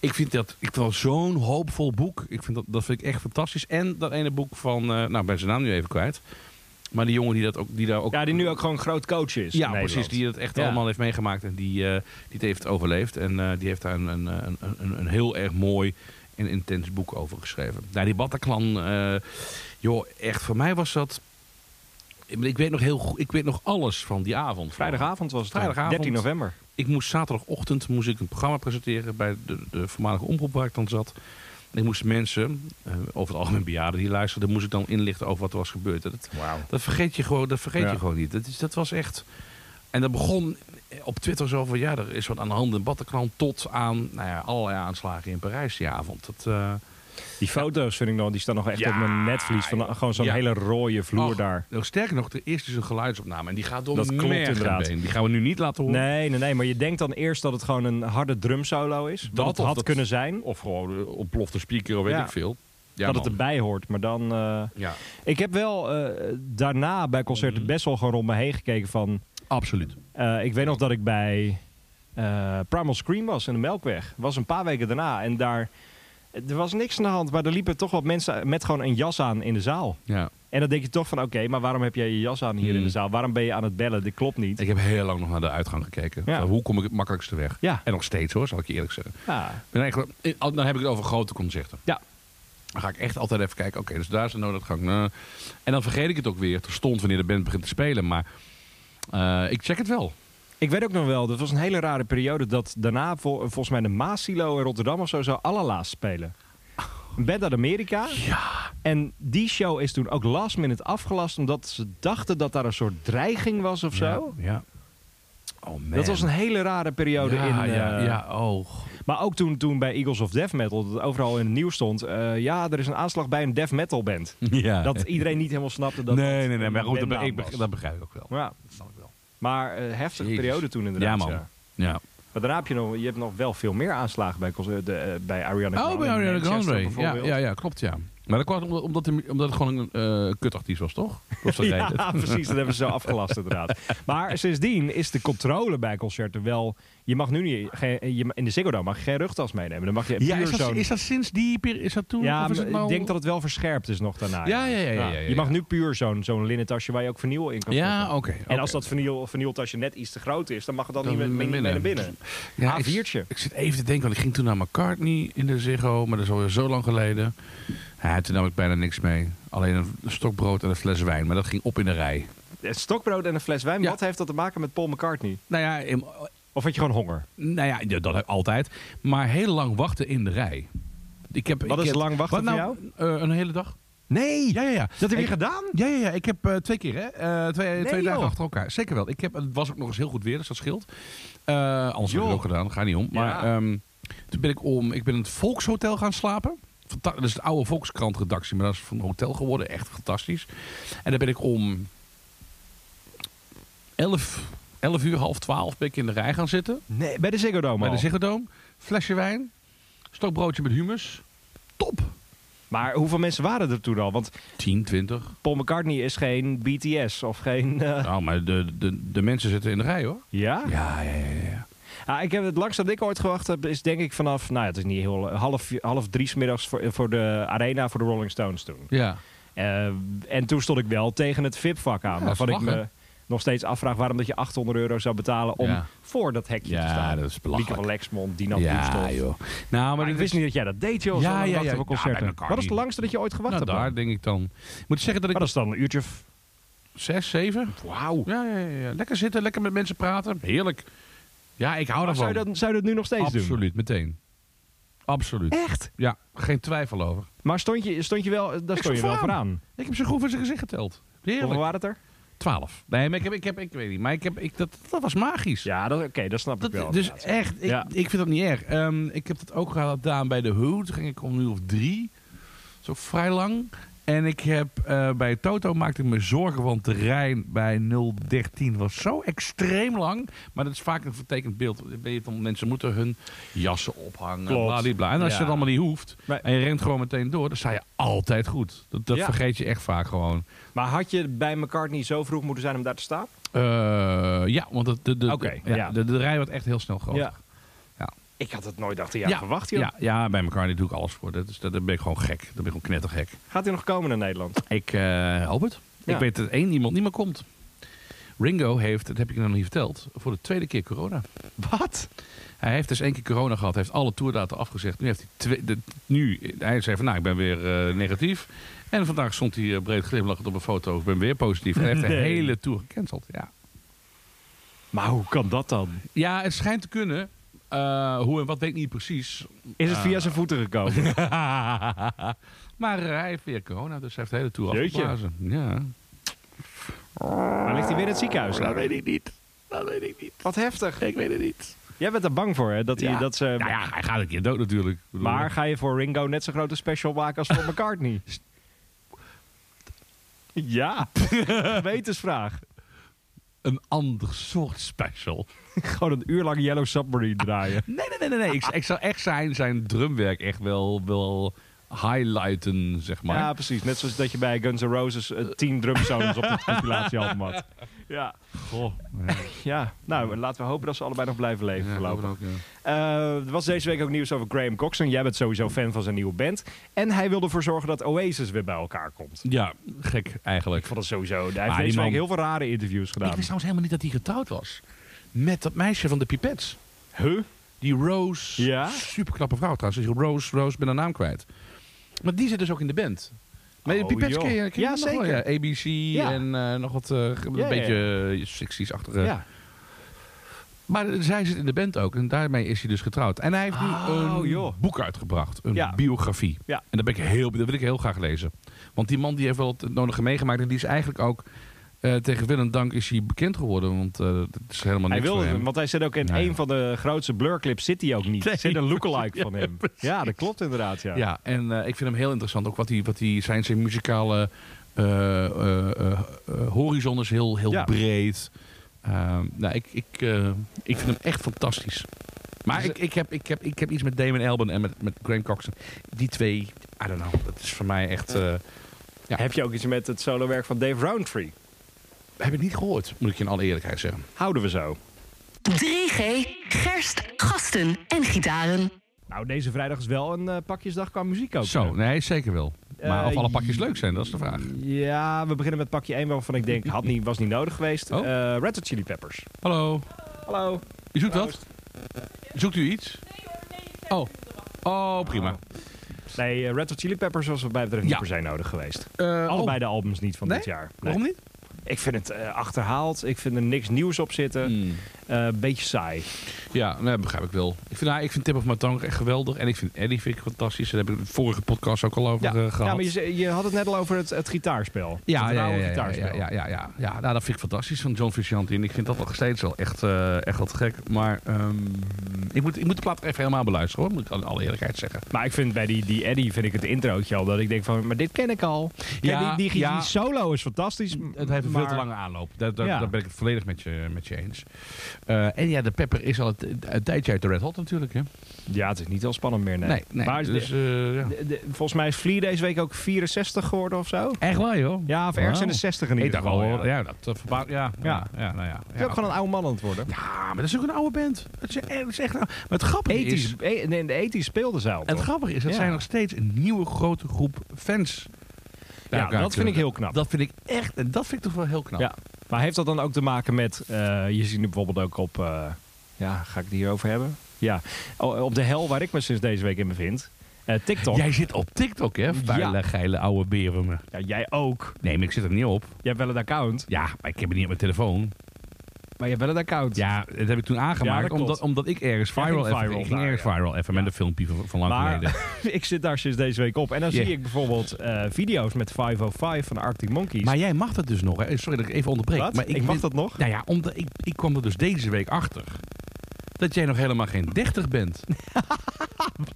Ik vind dat, ik vind dat zo'n hoopvol boek. Ik vind dat, dat vind ik echt fantastisch. En dat ene boek van, eh, nou, ik ben zijn naam nu even kwijt. Maar die jongen die, dat ook, die daar ook...
ja, die nu ook gewoon groot coach is.
Ja,
in
precies.
Nederland.
Die eh, het echt
Ja.
allemaal heeft meegemaakt. En die, eh, die het heeft overleefd. En eh, die heeft daar een, een, een, een, een heel erg mooi en intens boek over geschreven. Nou, die Bataclan... eh, joh, echt, voor mij was dat... Ik ik weet nog, heel goed, ik weet nog alles van die avond.
Vrijdagavond was het. dan.
Vrijdagavond.
13 november.
Ik moest zaterdagochtend moest ik een programma presenteren... bij de, de voormalige omroep waar ik dan zat. En ik moest mensen, eh, over het algemeen bejaarden die luisterden... moest ik dan inlichten over wat er was gebeurd. Dat,
Wauw.
dat vergeet je gewoon, dat vergeet
Ja.
je gewoon niet. Dat, is, dat was echt. En dat begon op Twitter zo van ja, er is wat aan de hand in Bataclan tot aan nou ja, allerlei aanslagen in Parijs die avond. Dat, eh,
Die foto's vind ik nog, die staan nog echt
Ja,
op mijn netvlies. Van, eh, gewoon zo'n
ja.
hele rode vloer
ach,
daar.
nog sterker nog, er is dus een geluidsopname en die gaat door
Dat klopt
merg en
inderdaad.
been. Die gaan we nu niet laten horen.
Nee, nee, nee, maar je denkt dan eerst dat het gewoon een harde drumsolo is. Dat,
Dat
het
of
had
dat-
kunnen zijn.
Of gewoon eh, ontplofte speaker, weet
Ja.
ik veel. Ja,
dat
man.
het erbij hoort, maar dan... eh,
ja,
Ik heb wel eh, daarna bij concerten best wel gewoon rond me heen gekeken van...
absoluut.
eh, ik weet nog dat ik bij eh, Primal Scream was in de Melkweg. was een paar weken daarna en daar... er was niks aan de hand, maar er liepen toch wat mensen met gewoon een jas aan in de zaal.
Ja.
En dan denk je toch van, oké, maar waarom heb jij je jas aan hier
Hmm.
in de zaal? Waarom ben je aan het bellen? Dit klopt niet.
Ik heb heel lang nog naar de uitgang gekeken.
Ja.
Van, Hoe kom ik het makkelijkste weg?
Ja.
En nog steeds hoor, zal ik je eerlijk zeggen.
Ja,
Ik ben eigenlijk, eh, al- dan heb ik het over grote concerten.
ja.
Dan ga ik echt altijd even kijken. Oké, dus daar is de nooduitgang. Nou, en dan vergeet ik het ook weer. Het stond wanneer de band begint te spelen. Maar eh, ik check het wel.
Ik weet ook nog wel, dat was een hele rare periode dat daarna vol- volgens mij de Maasilo in Rotterdam of zo zou allerlaatst spelen. Een band uit Amerika. En die show is toen ook last minute afgelast omdat ze dachten dat daar een soort dreiging was of zo.
Ja. ja. Oh man.
Dat was een hele rare periode
ja,
in... eh,
ja, ja, oh.
Maar ook toen, toen bij Eagles of Death Metal, dat overal in het nieuws stond... eh, ja, er is een aanslag bij een death metal band.
Ja.
Dat iedereen niet helemaal snapte dat
nee,
dat
nee, nee. Maar
een
goed, dat, be-
bandnaam
ik, be-
was.
dat begrijp ik ook wel.
Ja,
Dat snap ik wel.
maar eh, heftige
Jezus.
periode toen inderdaad.
Ja, man. Ja.
Maar daarna heb je nog, je hebt nog wel veel meer aanslagen bij, concer- de, eh, bij Ariana Grande.
Oh, bij
in
Ariana
Manchester
Grande. Ja,
bijvoorbeeld.
ja, ja, klopt, ja. Maar dat kwam omdat, omdat, de- omdat het gewoon een eh kutartiest was, toch? Dat was de reden.
Ja, precies. Dat hebben ze zo afgelast inderdaad. Maar sindsdien is de controle bij concerten wel... Je mag nu niet... Geen, je, in de Ziggo Dome mag je geen rugtas meenemen. Dan mag je
Ja,
puur
is dat,
zo'n-
is dat sinds die periode? Is dat toen?
Ja,
of is
maar
het nou...
ik denk dat het wel verscherpt is nog daarna.
Ja, ja, ja, ja, ja, ja,
Je mag
ja.
nu puur zo'n zo'n linnen tasje waar je ook vernieuw in kan
Ja,
stoppen.
oké.
En als
oké.
dat vernieuw, vernieuwtasje net iets te groot is, dan mag het dan,
Dan
niet meer
naar
mee, mee naar binnen.
Ja,
A4'tje.
Ik, ik zit even te denken, want ik ging toen naar McCartney in de Ziggo, maar dat is alweer zo lang geleden. Ja, toen nam ik bijna niks mee. Alleen een stokbrood en een fles wijn, maar dat ging op in de rij.
Het stokbrood en een fles wijn,
Ja.
wat heeft dat te maken met Paul McCartney?
Nou ja, in-
Of had je gewoon honger?
nou ja ja, dat heb ik altijd. Maar heel lang wachten in de rij. Ik heb,
Wat
ik
is
heb-
lang wachten
wat
voor
nou? Eh, een hele dag.
Nee!
Ja, ja, ja.
Dat heb je
Ik-
gedaan?
Ja, ja, ja. Ik heb eh, twee keer, hè? Eh, twee twee
joh.
dagen achter elkaar. Zeker wel. Ik heb, het was ook nog eens heel goed weer, dus dat scheelt. Eh anders heb ik het ook gedaan, ga niet om. Maar
Ja.
ehm, toen ben ik om, ik ben in het Volkshotel gaan slapen. Fanta- Dat is de oude Volkskrant-redactie, maar dat is van een hotel geworden. Echt fantastisch. En dan ben ik om 11, 11 uur, half 12 ben ik in de rij gaan zitten.
Nee, bij de Ziggo Dome
Bij de
al.
Ziggo Dome. Flesje wijn. Stokbroodje met hummus. Top.
Maar hoeveel mensen waren er toen al? Want
10, 20.
Paul McCartney is geen BTS of geen... eh,
Nou, maar de, de, de mensen zitten in de rij, hoor.
Ja?
Ja, ja, ja. ja.
Ah, ik heb het langste dat ik ooit gewacht heb, is denk ik vanaf... Nou ja, het is niet heel... Half, half drie 's middags voor, voor de arena voor de Rolling Stones toen.
ja.
Eh, en toen stond ik wel tegen het VIP-vak aan.
Ja,
waarvan
dat
ik
is
me
lachen.
nog steeds afvraag waarom dat je 800 euro zou betalen om
Ja.
voor dat hekje te
Ja,
staan.
dat is belachelijk.
Mieke van Lexmond, Dina
Ja,
Bloemstof.
joh. Nou, maar
Maar Ah, ik
dit
wist
is-
niet dat jij dat deed, joh.
Ja,
Ja,
ja,
ja,
ja. Ja,
concerten.
bij elkaar
Wat is het
niet.
langste dat je ooit gewacht
Nou,
hebt?
daar
dan?
denk ik dan. Ik moet zeggen dat ik
Maar dat is dan een uurtje... f-
zes, zeven.
Wauw.
Ja, ja, ja, ja. Lekker zitten, lekker met mensen praten. Heerlijk. Ja, ik hou
Maar
daarvan.
Zou je, dat, zou je dat nu nog steeds doen?
Absoluut, meteen. Absoluut.
Echt?
Ja, geen twijfel over.
Maar stond je, stond je wel, daar stond je
Ik zat
wel
vooraan.
vooraan.
Ik heb zijn groef in zijn gezicht geteld.
Hoeveel
Heerlijk.
waren het er?
Twaalf. Nee, maar ik heb, ik heb, ik weet niet. Maar ik heb, ik, dat, dat was magisch.
Ja, dat- oké, dat snap
Dat,
ik wel.
dus
inderdaad.
echt, ik,
Ja.
ik vind dat niet erg. Ehm, ik heb dat ook gedaan bij de Who. Toen ging ik om nu of drie. Zo vrij lang. En ik heb eh, bij Toto maakte ik me zorgen, want de rij bij 013 was zo extreem lang. Maar dat is vaak een vertekend beeld. Weet je, dan, mensen moeten hun jassen ophangen.
Klopt.
bladibla. En als je
Ja.
dat allemaal niet hoeft
Nee.
en je rent gewoon meteen door, dan sta je altijd goed. Dat, dat
Ja.
vergeet je echt vaak gewoon.
Maar had je bij McCartney zo vroeg moeten zijn om daar te staan?
Eh, ja, want de, de, de,
Oké,
ja,
ja.
de, de rij wordt echt heel snel
Oh.
groot.
Ik had het nooit achter jou verwacht, joh.
Ja, ja, bij McCartney doe ik alles voor. Dat is, dat, daar ben ik gewoon gek. Daar ben ik gewoon knettergek.
Gaat hij nog komen naar Nederland?
Ik eh, hoop het.
Ja.
Ik weet dat één iemand niet meer komt. Ringo heeft, dat heb ik je nog niet verteld, voor de tweede keer corona. Wat? Hij heeft dus één keer corona gehad, heeft alle tourdata afgezegd. Nu heeft hij twee, de- nu, hij zei van nou, ik ben weer eh, negatief. En vandaag stond hij eh, breed glimlachend op een foto, ik ben weer positief. En hij heeft de
Nee.
hele tour gecanceld, ja.
Maar hoe kan dat dan?
Ja, het schijnt te kunnen. Eh, hoe en wat weet ik niet precies.
Is het via zijn voeten gekomen?
maar eh, hij heeft weer corona, dus hij heeft de hele tour
Jeetje.
afgeblazen. Ja.
maar ligt hij weer in het ziekenhuis?
Dat weet ik niet. Dat weet ik niet.
Wat heftig.
Ik weet het niet.
Jij bent er bang voor, hè? Dat, hij,
Ja.
dat ze...
Nou ja, hij gaat een keer dood natuurlijk. Ik bedoel,
Maar ga je voor Ringo net zo'n grote special maken als voor McCartney? ja, wetensvraag.
Een ander soort special.
Gewoon een uur lang Yellow Submarine draaien.
Nee, nee, nee. nee, nee. Ik, ik zou echt zijn, zijn drumwerk echt wel, wel highlighten, zeg maar.
Ja, precies. Net zoals dat je bij Guns N' Roses eh, tien drumsolos op de compilatiealbum had. Ja. ja, nou, laten we hopen dat ze allebei nog blijven leven
Ja,
voorlopig.
ook, ja.
Eh, er was deze week ook nieuws over Graham Coxon. Jij bent sowieso fan van zijn nieuwe band. En hij wil ervoor zorgen dat Oasis weer bij elkaar komt. Ik
Ja, gek eigenlijk.
vond het sowieso... Hij heeft
die
deze
man-
week heel veel rare interviews
Ik
gedaan.
wist trouwens helemaal niet dat hij getrouwd was. Met dat meisje van de pipets.
Huh?
Die Rose.
Ja?
Superknappe vrouw trouwens. Die Rose, Rose, ik ben haar naam kwijt. Maar die zit dus ook in de band. Maar de
Oh,
pipets
joh.
ken je, ken je
Ja,
nog wel,
zeker.
ja. ABC en eh, nog wat eh, een
ja,
beetje eh, 60s-achtige.
Ja.
Maar zij zit in de band ook. En daarmee is hij dus getrouwd. En hij heeft nu
Oh,
een
joh.
boek uitgebracht. Een
Ja.
biografie.
Ja.
En dat, ben ik heel, dat wil ik heel graag lezen. Want die man die heeft wel het nodige meegemaakt. En die is eigenlijk ook... eh, tegen Willem Dank is hij bekend geworden. Want eh dat is helemaal
Hij
niks
wilde
voor hem.
hem, want hij zit ook in
Nee.
een van de grootste blurclips zit hij ook niet. Er zit een lookalike van hem. Ja, dat klopt inderdaad, ja.
Ja, en eh, ik vind hem heel interessant. Ook wat hij, wat hij zijn, zijn muzikale eh, eh, eh, eh, horizon is heel, heel
Ja.
breed. Ehm, nou, ik, ik, eh, ik vind hem echt fantastisch. Maar
Dus, eh,
ik, ik, heb, ik, heb, ik heb iets met Damon Albarn en met, met Graham Coxon. Die twee, I don't know, dat is voor mij echt... eh, Ja.
Heb je ook iets met het solowerk van Dave Roundtree?
heb ik niet gehoord, moet ik je in alle eerlijkheid zeggen.
Houden we zo.
3G, gerst, gasten en gitaren.
Nou, deze vrijdag is wel een eh, pakjesdag qua muziek ook.
Zo, nee, zeker wel. Maar
Eh,
of alle pakjes leuk zijn, dat is de vraag.
Ja, we beginnen met pakje 1 waarvan ik denk, had niet, was niet nodig geweest.
Oh.
Eh, Red Hot Chili Peppers.
Hallo,
Hallo.
u zoekt wat? Zoekt u iets? Oh, oh prima.
Nee, eh, Red Hot Chili Peppers was wat mij betreft
Ja.
niet per se nodig geweest.
Eh,
Allebei
oh,
de albums niet van
Nee?
dit jaar. Nee.
Waarom niet?
Ik vind het eh, achterhaald. Ik vind er niks nieuws op zitten.
Mm.
Eh beetje saai.
Ja, nee, begrijp ik wel. Ik vind, nou, ik vind Tip of My Tongue echt geweldig. En ik vind Eddie vind ik fantastisch. Daar heb ik de vorige podcast ook al over
Ja,
eh, gehad.
ja maar je, ze- je had het net al over het, het gitaarspel.
ja,
het
ja,
rauwe
ja, ja,
gitaarspel.
ja, ja, ja, ja. Ja, nou, dat vind ik fantastisch van John Frusciante. En ik vind dat nog steeds wel echt, eh, echt wat gek. Maar ehm, ik, moet, ik moet de plaat even helemaal beluisteren hoor. Moet ik in alle eerlijkheid zeggen.
Maar ik vind bij die, die Eddie vind ik het introotje al dat ik denk van, maar dit ken ik al.
Ja,
Ja, die, die, die
ja.
solo is fantastisch. m-
Het heeft een veel
maar-
te lange aanloop. Daar, daar,
Ja.
daar ben ik het volledig met je, met je eens. Eh, en ja, de Pepper is al het, het tijdje uit de Red Hot natuurlijk. Hè?
Ja, het is niet heel spannend meer. Nee,
Nee, nee.
maar
dus,
de-
eh, ja.
de- de- volgens mij is Flea deze week ook 64 geworden of zo. Oh.
Echt wel joh.
Ja, of ergens in de
Wauw.
60 in
Ik
ieder
dacht
geval.
wel,
ja.
ja, dat eh, verbaast. Ja, ja, ja, nou ja.
Je
Ja,
bent gewoon een oude man aan het worden.
ja, maar dat is ook een oude band. Het is, eh, het is echt, een- maar het grappige
Ethisch,
is,
e- nee, in de ethisch speelde ze al.
het
toch?
grappige is, het
Ja.
zijn nog steeds een nieuwe grote groep fans. bij
Ja,
elkaar
dat vind ik heel
natuurlijk.
knap.
Dat vind ik echt, en dat vind ik toch wel heel knap.
Ja. Maar heeft dat dan ook te maken met, eh, je ziet nu bijvoorbeeld ook op, eh, ja, ga ik het hierover hebben? Ja, o- op de hel waar ik me sinds deze week in bevind. Eh, TikTok.
Jij zit op TikTok, hè? Vuile,
Ja.
geile oude beer van me.
Ja, jij ook.
Nee, maar ik zit er niet op.
Je hebt wel een account,
Ja, maar ik heb het niet op mijn telefoon.
maar je hebt wel een account.
Ja, dat heb ik toen
Ja,
aangemaakt,
dat klopt.
omdat, omdat ik ergens
Jij
viral,
ging
even,
viral
ik ging
daar,
ergens
ja.
viral even met een filmpje van, van lang geleden.
Maar ik zit daar sinds deze week op. En dan
Ja.
zie ik bijvoorbeeld eh, video's met 505 van de Arctic Monkeys.
Maar jij mag dat dus nog, hè? Sorry dat ik even onderbreek.
Wat?
Maar
ik, mag
ben-
dat nog?
Nou ja, omdat ik, ik kwam er dus deze week achter. Dat jij nog helemaal geen 30 bent.
Nou.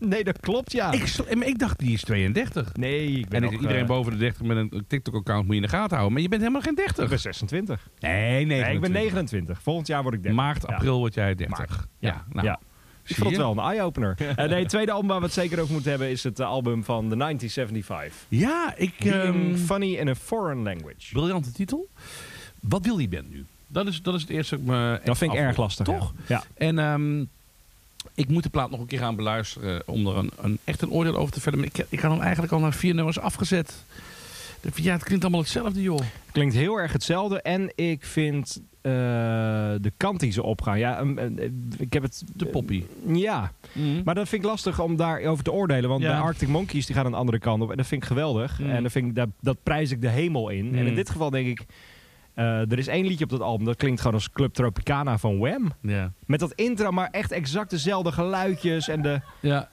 Nee, dat klopt ja.
Ik, sl- eh, maar ik dacht, die is 32.
Nee, ik ben
En
nog,
ik- iedereen
eh,
boven de 30 met een TikTok-account moet je in de gaten houden. Maar je bent helemaal geen
ik
30.
ben 26.
nee, nee.
Nee, ik ben 29. Volgend jaar word ik 30.
Maart,
Ja.
april word jij 30. Ja, nou.
ja. Ik
zie
vond
je?
het wel een eye-opener. Eh, nee, het tweede album waar we het zeker over moeten hebben is het eh, album van The 1975.
Ja, ik...
Being
ehm,
Funny in a Foreign Language.
briljante titel. Wat wil die band nu? Dat is, dat is het eerste dat ik me
Dat vind ik
afvroeg,
erg lastig.
Toch?
Ja. Ja.
En ehm, ik moet de plaat nog een keer gaan beluisteren om er een, een, echt een oordeel over te vellen. Maar Ik, ik had hem eigenlijk al naar vier nummers afgezet. Dat- Ja, het klinkt allemaal hetzelfde, joh.
Klinkt heel erg hetzelfde. En ik vind eh, de kant die ze opgaan. Ja, een- een- een- ik heb het.
De poppy.
Ja, maar dat vind ik lastig om daarover te oordelen. Want
Ja.
bij Arctic Monkeys die gaan een andere kant op. En dat vind ik geweldig.
Mm.
En dat, vind ik, dat, dat prijs ik de hemel in. En
Mm.
in dit geval denk ik. eh, er is één liedje op dat album. Dat klinkt gewoon als Club Tropicana van Wham.
ja.
Met dat intro, maar echt exact dezelfde geluidjes. En de.
Ja,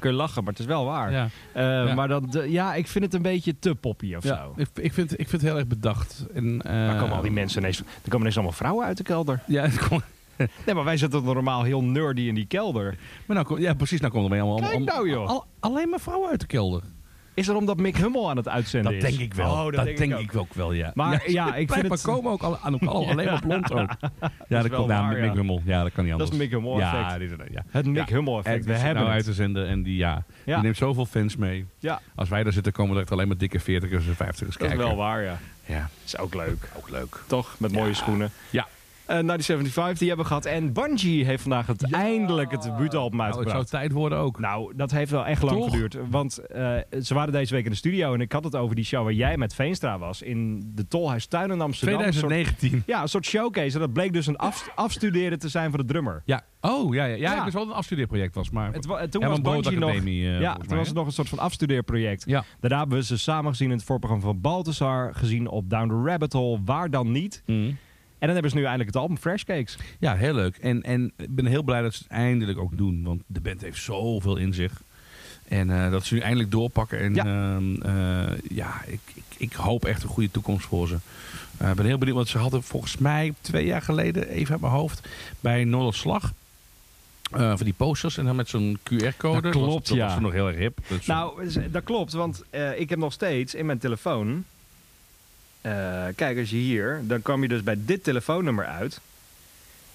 Kun je lachen, maar het is wel waar.
ja.
Eh,
Ja.
Maar dat, eh, ja, ik vind het een beetje te poppy of
ja.
zo.
Ik, ik, vind, ik vind het heel erg bedacht. En, eh,
Waar komen al die mensen ineens? Er komen ineens allemaal vrouwen uit de kelder.
Ja, het komt-
Nee, maar wij zitten normaal heel nerdy in die kelder.
maar nou, kom- ja, precies. Nou komen er mee allemaal,
Kijk
allemaal-
nou, joh.
al- alleen maar vrouwen uit de kelder.
Is dat omdat Mick Hummel aan het uitzenden
Dat
is?
denk ik wel.
Oh,
dat, denk, ik, Nou, ook. wel, ja.
Maar ja, ik vind
Blijkbaar
het...
komen ook al, aan elkaar, al- alleen maar blond ook. Ja, dat,
wel
komt namelijk
waar,
Mick
ja.
Hummel. Ja, dat kan niet
Dat
anders.
is Mick Hummel
Ja,
effect.
dit, is- ja.
Het Mick
Ja.
Hummel effect.
En
We
die zit
hebben
nou uit
het.
te zenden en die, ja,
Ja.
die neemt zoveel fans mee.
Ja,
Als wij daar zitten, komen er alleen maar dikke 40ers en 50ers
dat is
kijken.
wel waar, ja.
eh, Ja,
Is ook leuk.
ook leuk.
Toch? Met mooie schoenen.
Ja.
Eh, nou, die 75 die hebben we gehad. En Bungie heeft vandaag het eindelijk het debuutalbum
Nou, het zou
uitgebracht.
tijd worden ook.
Nou, dat heeft wel echt lang
Toch?
geduurd. Want eh, ze waren deze week in de studio en ik had het over die show waar jij met Veenstra was. In de Tolhuistuin in Amsterdam. Een soort-
2019.
ja, een soort showcase. En dat bleek dus een af- afstuderen te zijn voor de drummer.
Ja, oh ja, ja. ja,
Ja.
het is wel een afstudeerproject was, maar
Het wa- eh, toen
Ja,
was
een
Bungie nog,
broodacademie, eh,
ja,
volgens
toen
mij,
was
hè?
het nog een soort van afstudeerproject.
ja.
Daarna hebben we ze samen gezien in het voorprogramma van Balthazar. Gezien op Down the Rabbit Hole, waar dan niet.
Mm.
En dan hebben ze nu eindelijk het album Fresh Cakes.
ja, heel leuk. En, en ik ben heel blij dat ze het eindelijk ook doen, want de band heeft zoveel in zich. En eh, dat ze nu eindelijk doorpakken. En
Ja.
ehm, eh, ja, ik, ik, ik hoop echt een goede toekomst voor ze. Eh, Ik ben heel benieuwd, want ze hadden volgens mij twee jaar geleden, even uit mijn hoofd, bij Noorderslag. eh van die posters en dan met zo'n QR-code.
Dat klopt,
was, dat
ja.
was toen nog heel erg hip. Dat is zo'n-
Nou, z- dat klopt, want eh, ik heb nog steeds in mijn telefoon. eh, kijk, als je hier, dan kwam je dus bij dit telefoonnummer uit.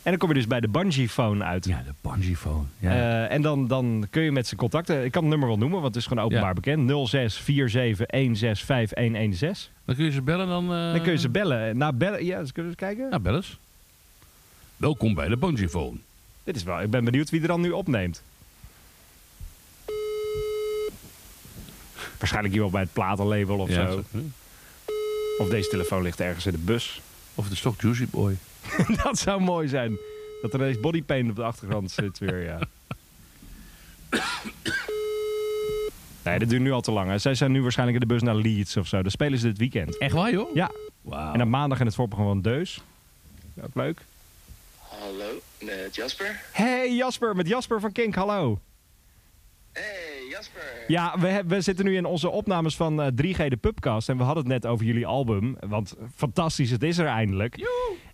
En dan kom je dus bij de Bungie-phone uit.
ja, de Bungie-phone. Ja.
Eh, en dan, dan kun je met zijn contacten. Ik kan het nummer wel noemen, want het is gewoon openbaar
Ja.
bekend. 0647165116.
dan kun je ze bellen dan... eh,
Dan kun je ze bellen. Na bellen ja, dus kunnen we eens kijken?
Nou, bel eens. Welkom bij de Bungiephone.
Dit is wel, ik ben benieuwd wie er dan nu opneemt. Waarschijnlijk iemand bij het platenlabel of zo. Of deze telefoon ligt ergens in de bus.
Of de stok Juicy Boy.
dat zou mooi zijn. Dat er ineens body paint op de achtergrond zit weer, ja. Nee, dat duurt nu al te lang. Hè. Zij zijn nu waarschijnlijk in de bus naar Leeds of zo. Dan spelen ze dit weekend.
Echt waar, joh?
Ja,
Wauw.
en dan maandag in het voorprogramma van Deus. Ook leuk.
Hallo, met Jasper.
Hey Jasper, met Jasper van Kink, hallo.
Hey Jasper.
Ja, we, heb- we zitten nu in onze opnames van eh, 3G de Pubcast. En we hadden het net over jullie album. Want fantastisch, het is er eindelijk.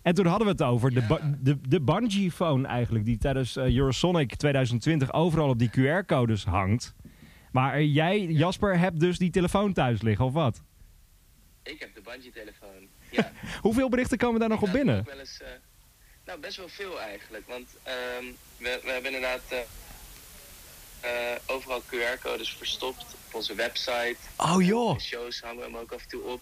En toen hadden we het over de, ba- de, de Bungie-phone eigenlijk. Die tijdens eh, Eurosonic 2020 overal op die QR-codes hangt. Maar eh, jij, Jasper, hebt dus die telefoon thuis liggen, of wat?
Ik heb de bandje-telefoon. Ja,
Hoeveel berichten komen daar nog op
nou,
binnen?
ook wel eens, eh, nou, best wel veel eigenlijk. Want ehm, we, we hebben inderdaad eh, eh, overal QR-codes verstopt. Op onze website.
Oh joh.
In shows hangen we hem ook af en toe op.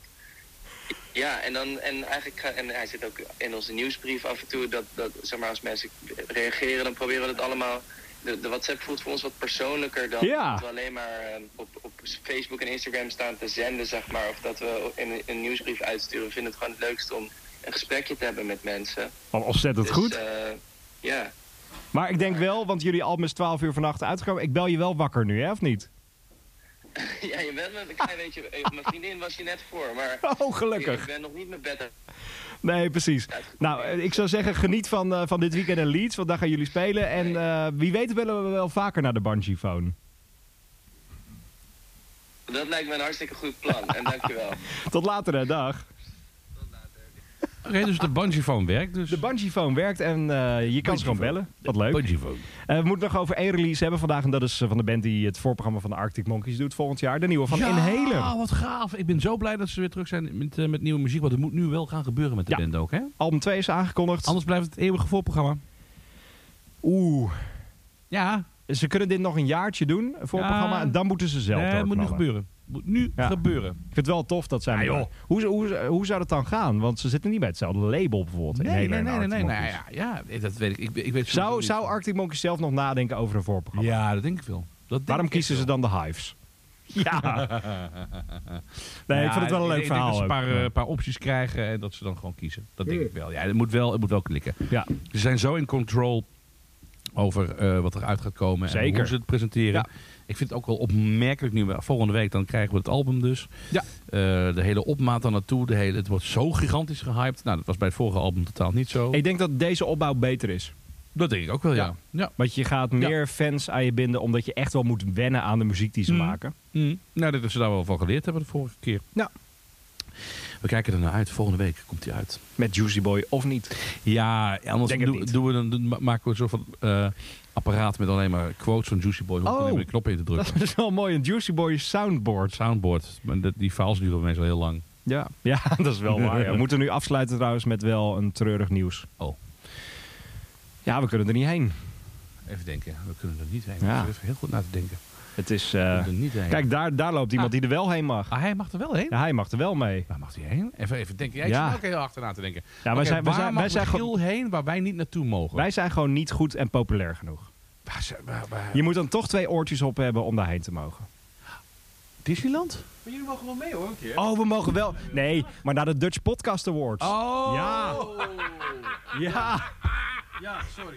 Ja, en, dan, en, eigenlijk ga- en hij zit ook in onze nieuwsbrief af en toe. Dat, dat, zeg maar, als mensen reageren, dan proberen we het allemaal. De, de WhatsApp voelt voor ons wat persoonlijker dan
Ja.
dat we alleen maar eh, op, op Facebook en Instagram staan te zenden, zeg maar. Of dat we een, een nieuwsbrief uitsturen. We vinden het gewoon het leukste om een gesprekje te hebben met mensen.
Wat ontzettend
Dus,
goed.
eh, ja.
Maar ik denk wel, want jullie album is 12 uur vannacht uitgekomen. Ik bel je wel wakker nu, hè, of niet?
ja, je bent met een klein beetje. eh, Mijn vriendin was je net voor, maar
Oh, gelukkig.
ik ben nog niet mijn bed uit.
Nee, precies. Nou, eh, ik zou zeggen, geniet van, eh, van dit weekend in Leeds, want daar gaan jullie spelen. En eh, wie weet willen we wel vaker naar de Bungee-phone.
Dat lijkt me een hartstikke goed plan. En dankjewel.
Tot later, hè, dag.
Oké, dus de Bungiephone werkt dus.
De Bungee-phone werkt en eh, je kan ze gewoon bellen. Wat leuk.
Bungiephone.
Eh, we moeten nog over één release hebben vandaag. En dat is eh, van de band die het voorprogramma van de Arctic Monkeys doet volgend jaar. De nieuwe van
Ja,
Inhaler.
wat gaaf. Ik ben zo blij dat ze weer terug zijn met, eh, met nieuwe muziek. Want het moet nu wel gaan gebeuren met de
Ja.
band ook, hè?
Album 2 is aangekondigd.
Anders blijft het eeuwige voorprogramma.
Oeh.
Ja,
Ze kunnen dit nog een jaartje doen, voorprogramma.
Ja.
En dan moeten ze zelf
eh, het moet nu
doorknallen.
gebeuren. Moet nu
Ja.
gebeuren.
Ik vind het wel tof dat zij...
Ja,
elkaar-
joh.
Hoe, hoe, hoe zou dat dan gaan? Want ze zitten niet bij hetzelfde label bijvoorbeeld.
Nee,
Inhaler
nee,
en
nee, nee.
Arctic
nee,
Monkeys.
nou ja, ja, dat weet ik. Ik, ik weet sowieso
Zou,
niet.
zou Arctic Monkeys zelf nog nadenken over een voorprogramma?
Ja, dat denk ik wel. Dat denk
Waarom
ik
kiezen
wel.
ze dan de Hives? Ja. nee, ik
Ja,
vind het wel een leuk
ik denk
verhaal.
dat ze een
ook.
paar, eh, paar opties krijgen en dat ze dan gewoon kiezen. Dat denk ik wel. Ja, het moet wel, het moet wel klikken.
ja.
Ze zijn zo in control over eh, wat eruit gaat komen en
Zeker.
hoe ze het presenteren.
Ja.
Ik vind het ook wel opmerkelijk nu. Volgende week dan krijgen we het album dus.
Ja.
Eh, de hele opmaat daar naartoe. De hele, het wordt zo gigantisch gehyped. Nou, dat was bij het vorige album totaal niet zo.
Ik denk dat deze opbouw beter is.
dat denk ik ook wel, ja.
Ja.
ja.
Want je gaat meer fans aan je binden omdat je echt wel moet wennen aan de muziek die ze
Mm.
maken.
Mm. Nou, dat ze daar wel van geleerd hebben de vorige keer.
Ja.
We kijken er naar uit. Volgende week komt hij uit.
Met Juicy Boy of niet.
Ja, anders
Denk het
doen-
niet.
doen we dan, doen- ma- maken we een soort van eh, apparaat met alleen maar quotes van Juicy Boy. Om
Oh.
alleen maar de knop in te drukken.
Dat is wel mooi, een Juicy Boy soundboard.
Soundboard. Maar dat- die files duren meestal heel lang.
Ja, ja dat is wel waar. ja. We moeten nu afsluiten trouwens met wel een treurig nieuws.
Oh,
Ja, we kunnen er niet heen.
even denken. We kunnen er niet heen.
Ja.
Dus Even heel goed na te denken.
Het is... eh,
er niet heen.
kijk, daar, daar loopt iemand die er wel heen mag.
Ah, hij mag er wel heen.
Ja, hij mag er wel mee.
Waar mag hij heen? Even, even denken. Jij
Ja.
zit ook heel achterna te denken.
wij
Oké,
zijn- wij
waar
zijn-
mag
wij zijn
Michiel heen waar wij niet naartoe mogen?
Wij zijn gewoon niet goed en populair genoeg.
Waar zijn- waar- waar-
Je moet dan toch twee oortjes op hebben om daarheen te mogen.
Disneyland?
Oh, we mogen wel. Nee, maar naar de Dutch Podcast Awards.
Oh!
Ja. Ja.
Ja, sorry.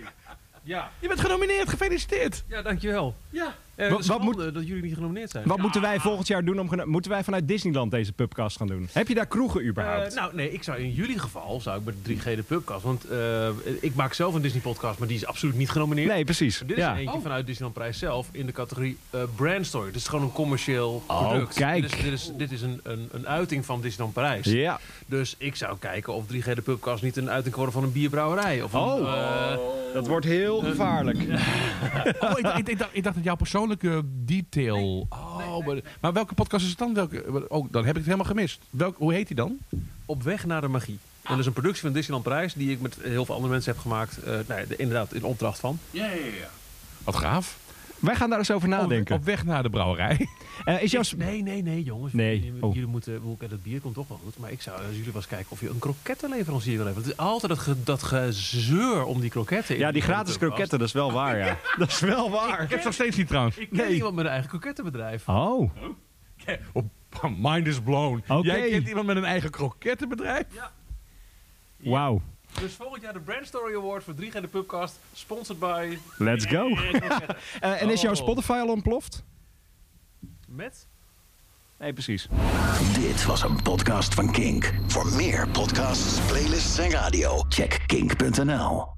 Ja,
Je bent genomineerd. Gefeliciteerd.
ja dankjewel. Ja, eh,
Wat-
wat,
wat moet-
moet... dat jullie niet genomineerd zijn.
Wat moeten wij volgend jaar doen? Om geno- moeten wij vanuit Disneyland deze pubcast gaan doen? Heb je daar kroegen
Eh,
überhaupt?
nou, nee, ik zou in jullie geval zou ik bij de 3G de pubcast. Want eh, ik maak zelf een Disney-podcast, maar die is absoluut niet genomineerd. Dus
nee, precies.
Dit is
Ja.
eentje vanuit Disneyland Prijs zelf in de categorie eh, Brand Story. Dit is gewoon een commercieel product.
Oh, kijk.
Dit is, dit is, dit is een, een, een uiting van Disneyland Prijs.
ja.
Dus ik zou kijken of 3G de Pubcast niet een uiting kan worden van een bierbrouwerij. Of een,
Oh.
eh,
Dat wordt heel gevaarlijk.
Oh, ik, ik, ik dacht, ik dacht dat jouw persoonlijke detail. Oh, Maar, maar welke podcast is het dan? Welke, oh, dan heb ik het helemaal gemist. Welk, hoe heet die dan?
Op weg naar de magie. En dat is een productie van Disneyland Prijs die ik met heel veel andere mensen heb gemaakt. Eh, nou, ja, de- inderdaad, in opdracht van.
Wat gaaf.
Wij gaan daar eens over
Op,
nadenken.
op weg naar de brouwerij.
Eh, is jouw... sp-
Nee, nee, nee, jongens.
Nee.
Jullie,
Oh.
jullie moeten, ik bedoel, kijk, dat bier komt toch wel goed. Maar ik zou als jullie wel eens kijken of je een krokettenleverancier wil hebben. Het is altijd dat, ge- dat gezeur om die kroketten. in
Ja, die
die
gratis
pubcast.
kroketten, dat is wel waar, ja. Dat is wel
Ik
waar.
heb het nog steeds niet trouwens.
Ik ken iemand met een eigen krokettenbedrijf.
Oh.
Oh, Mind is blown.
Oké.
Jij kent iemand met een eigen krokettenbedrijf?
Wauw.
Dus volgend jaar de Brand Story Award voor 3G de Pubcast. Sponsored by...
Let's go. Eh, en is jouw
Oh.
Spotify al ontploft?
Met?
Nee, precies.
Dit was een podcast van Kink. Voor meer podcasts, playlists en radio, check kink.nl.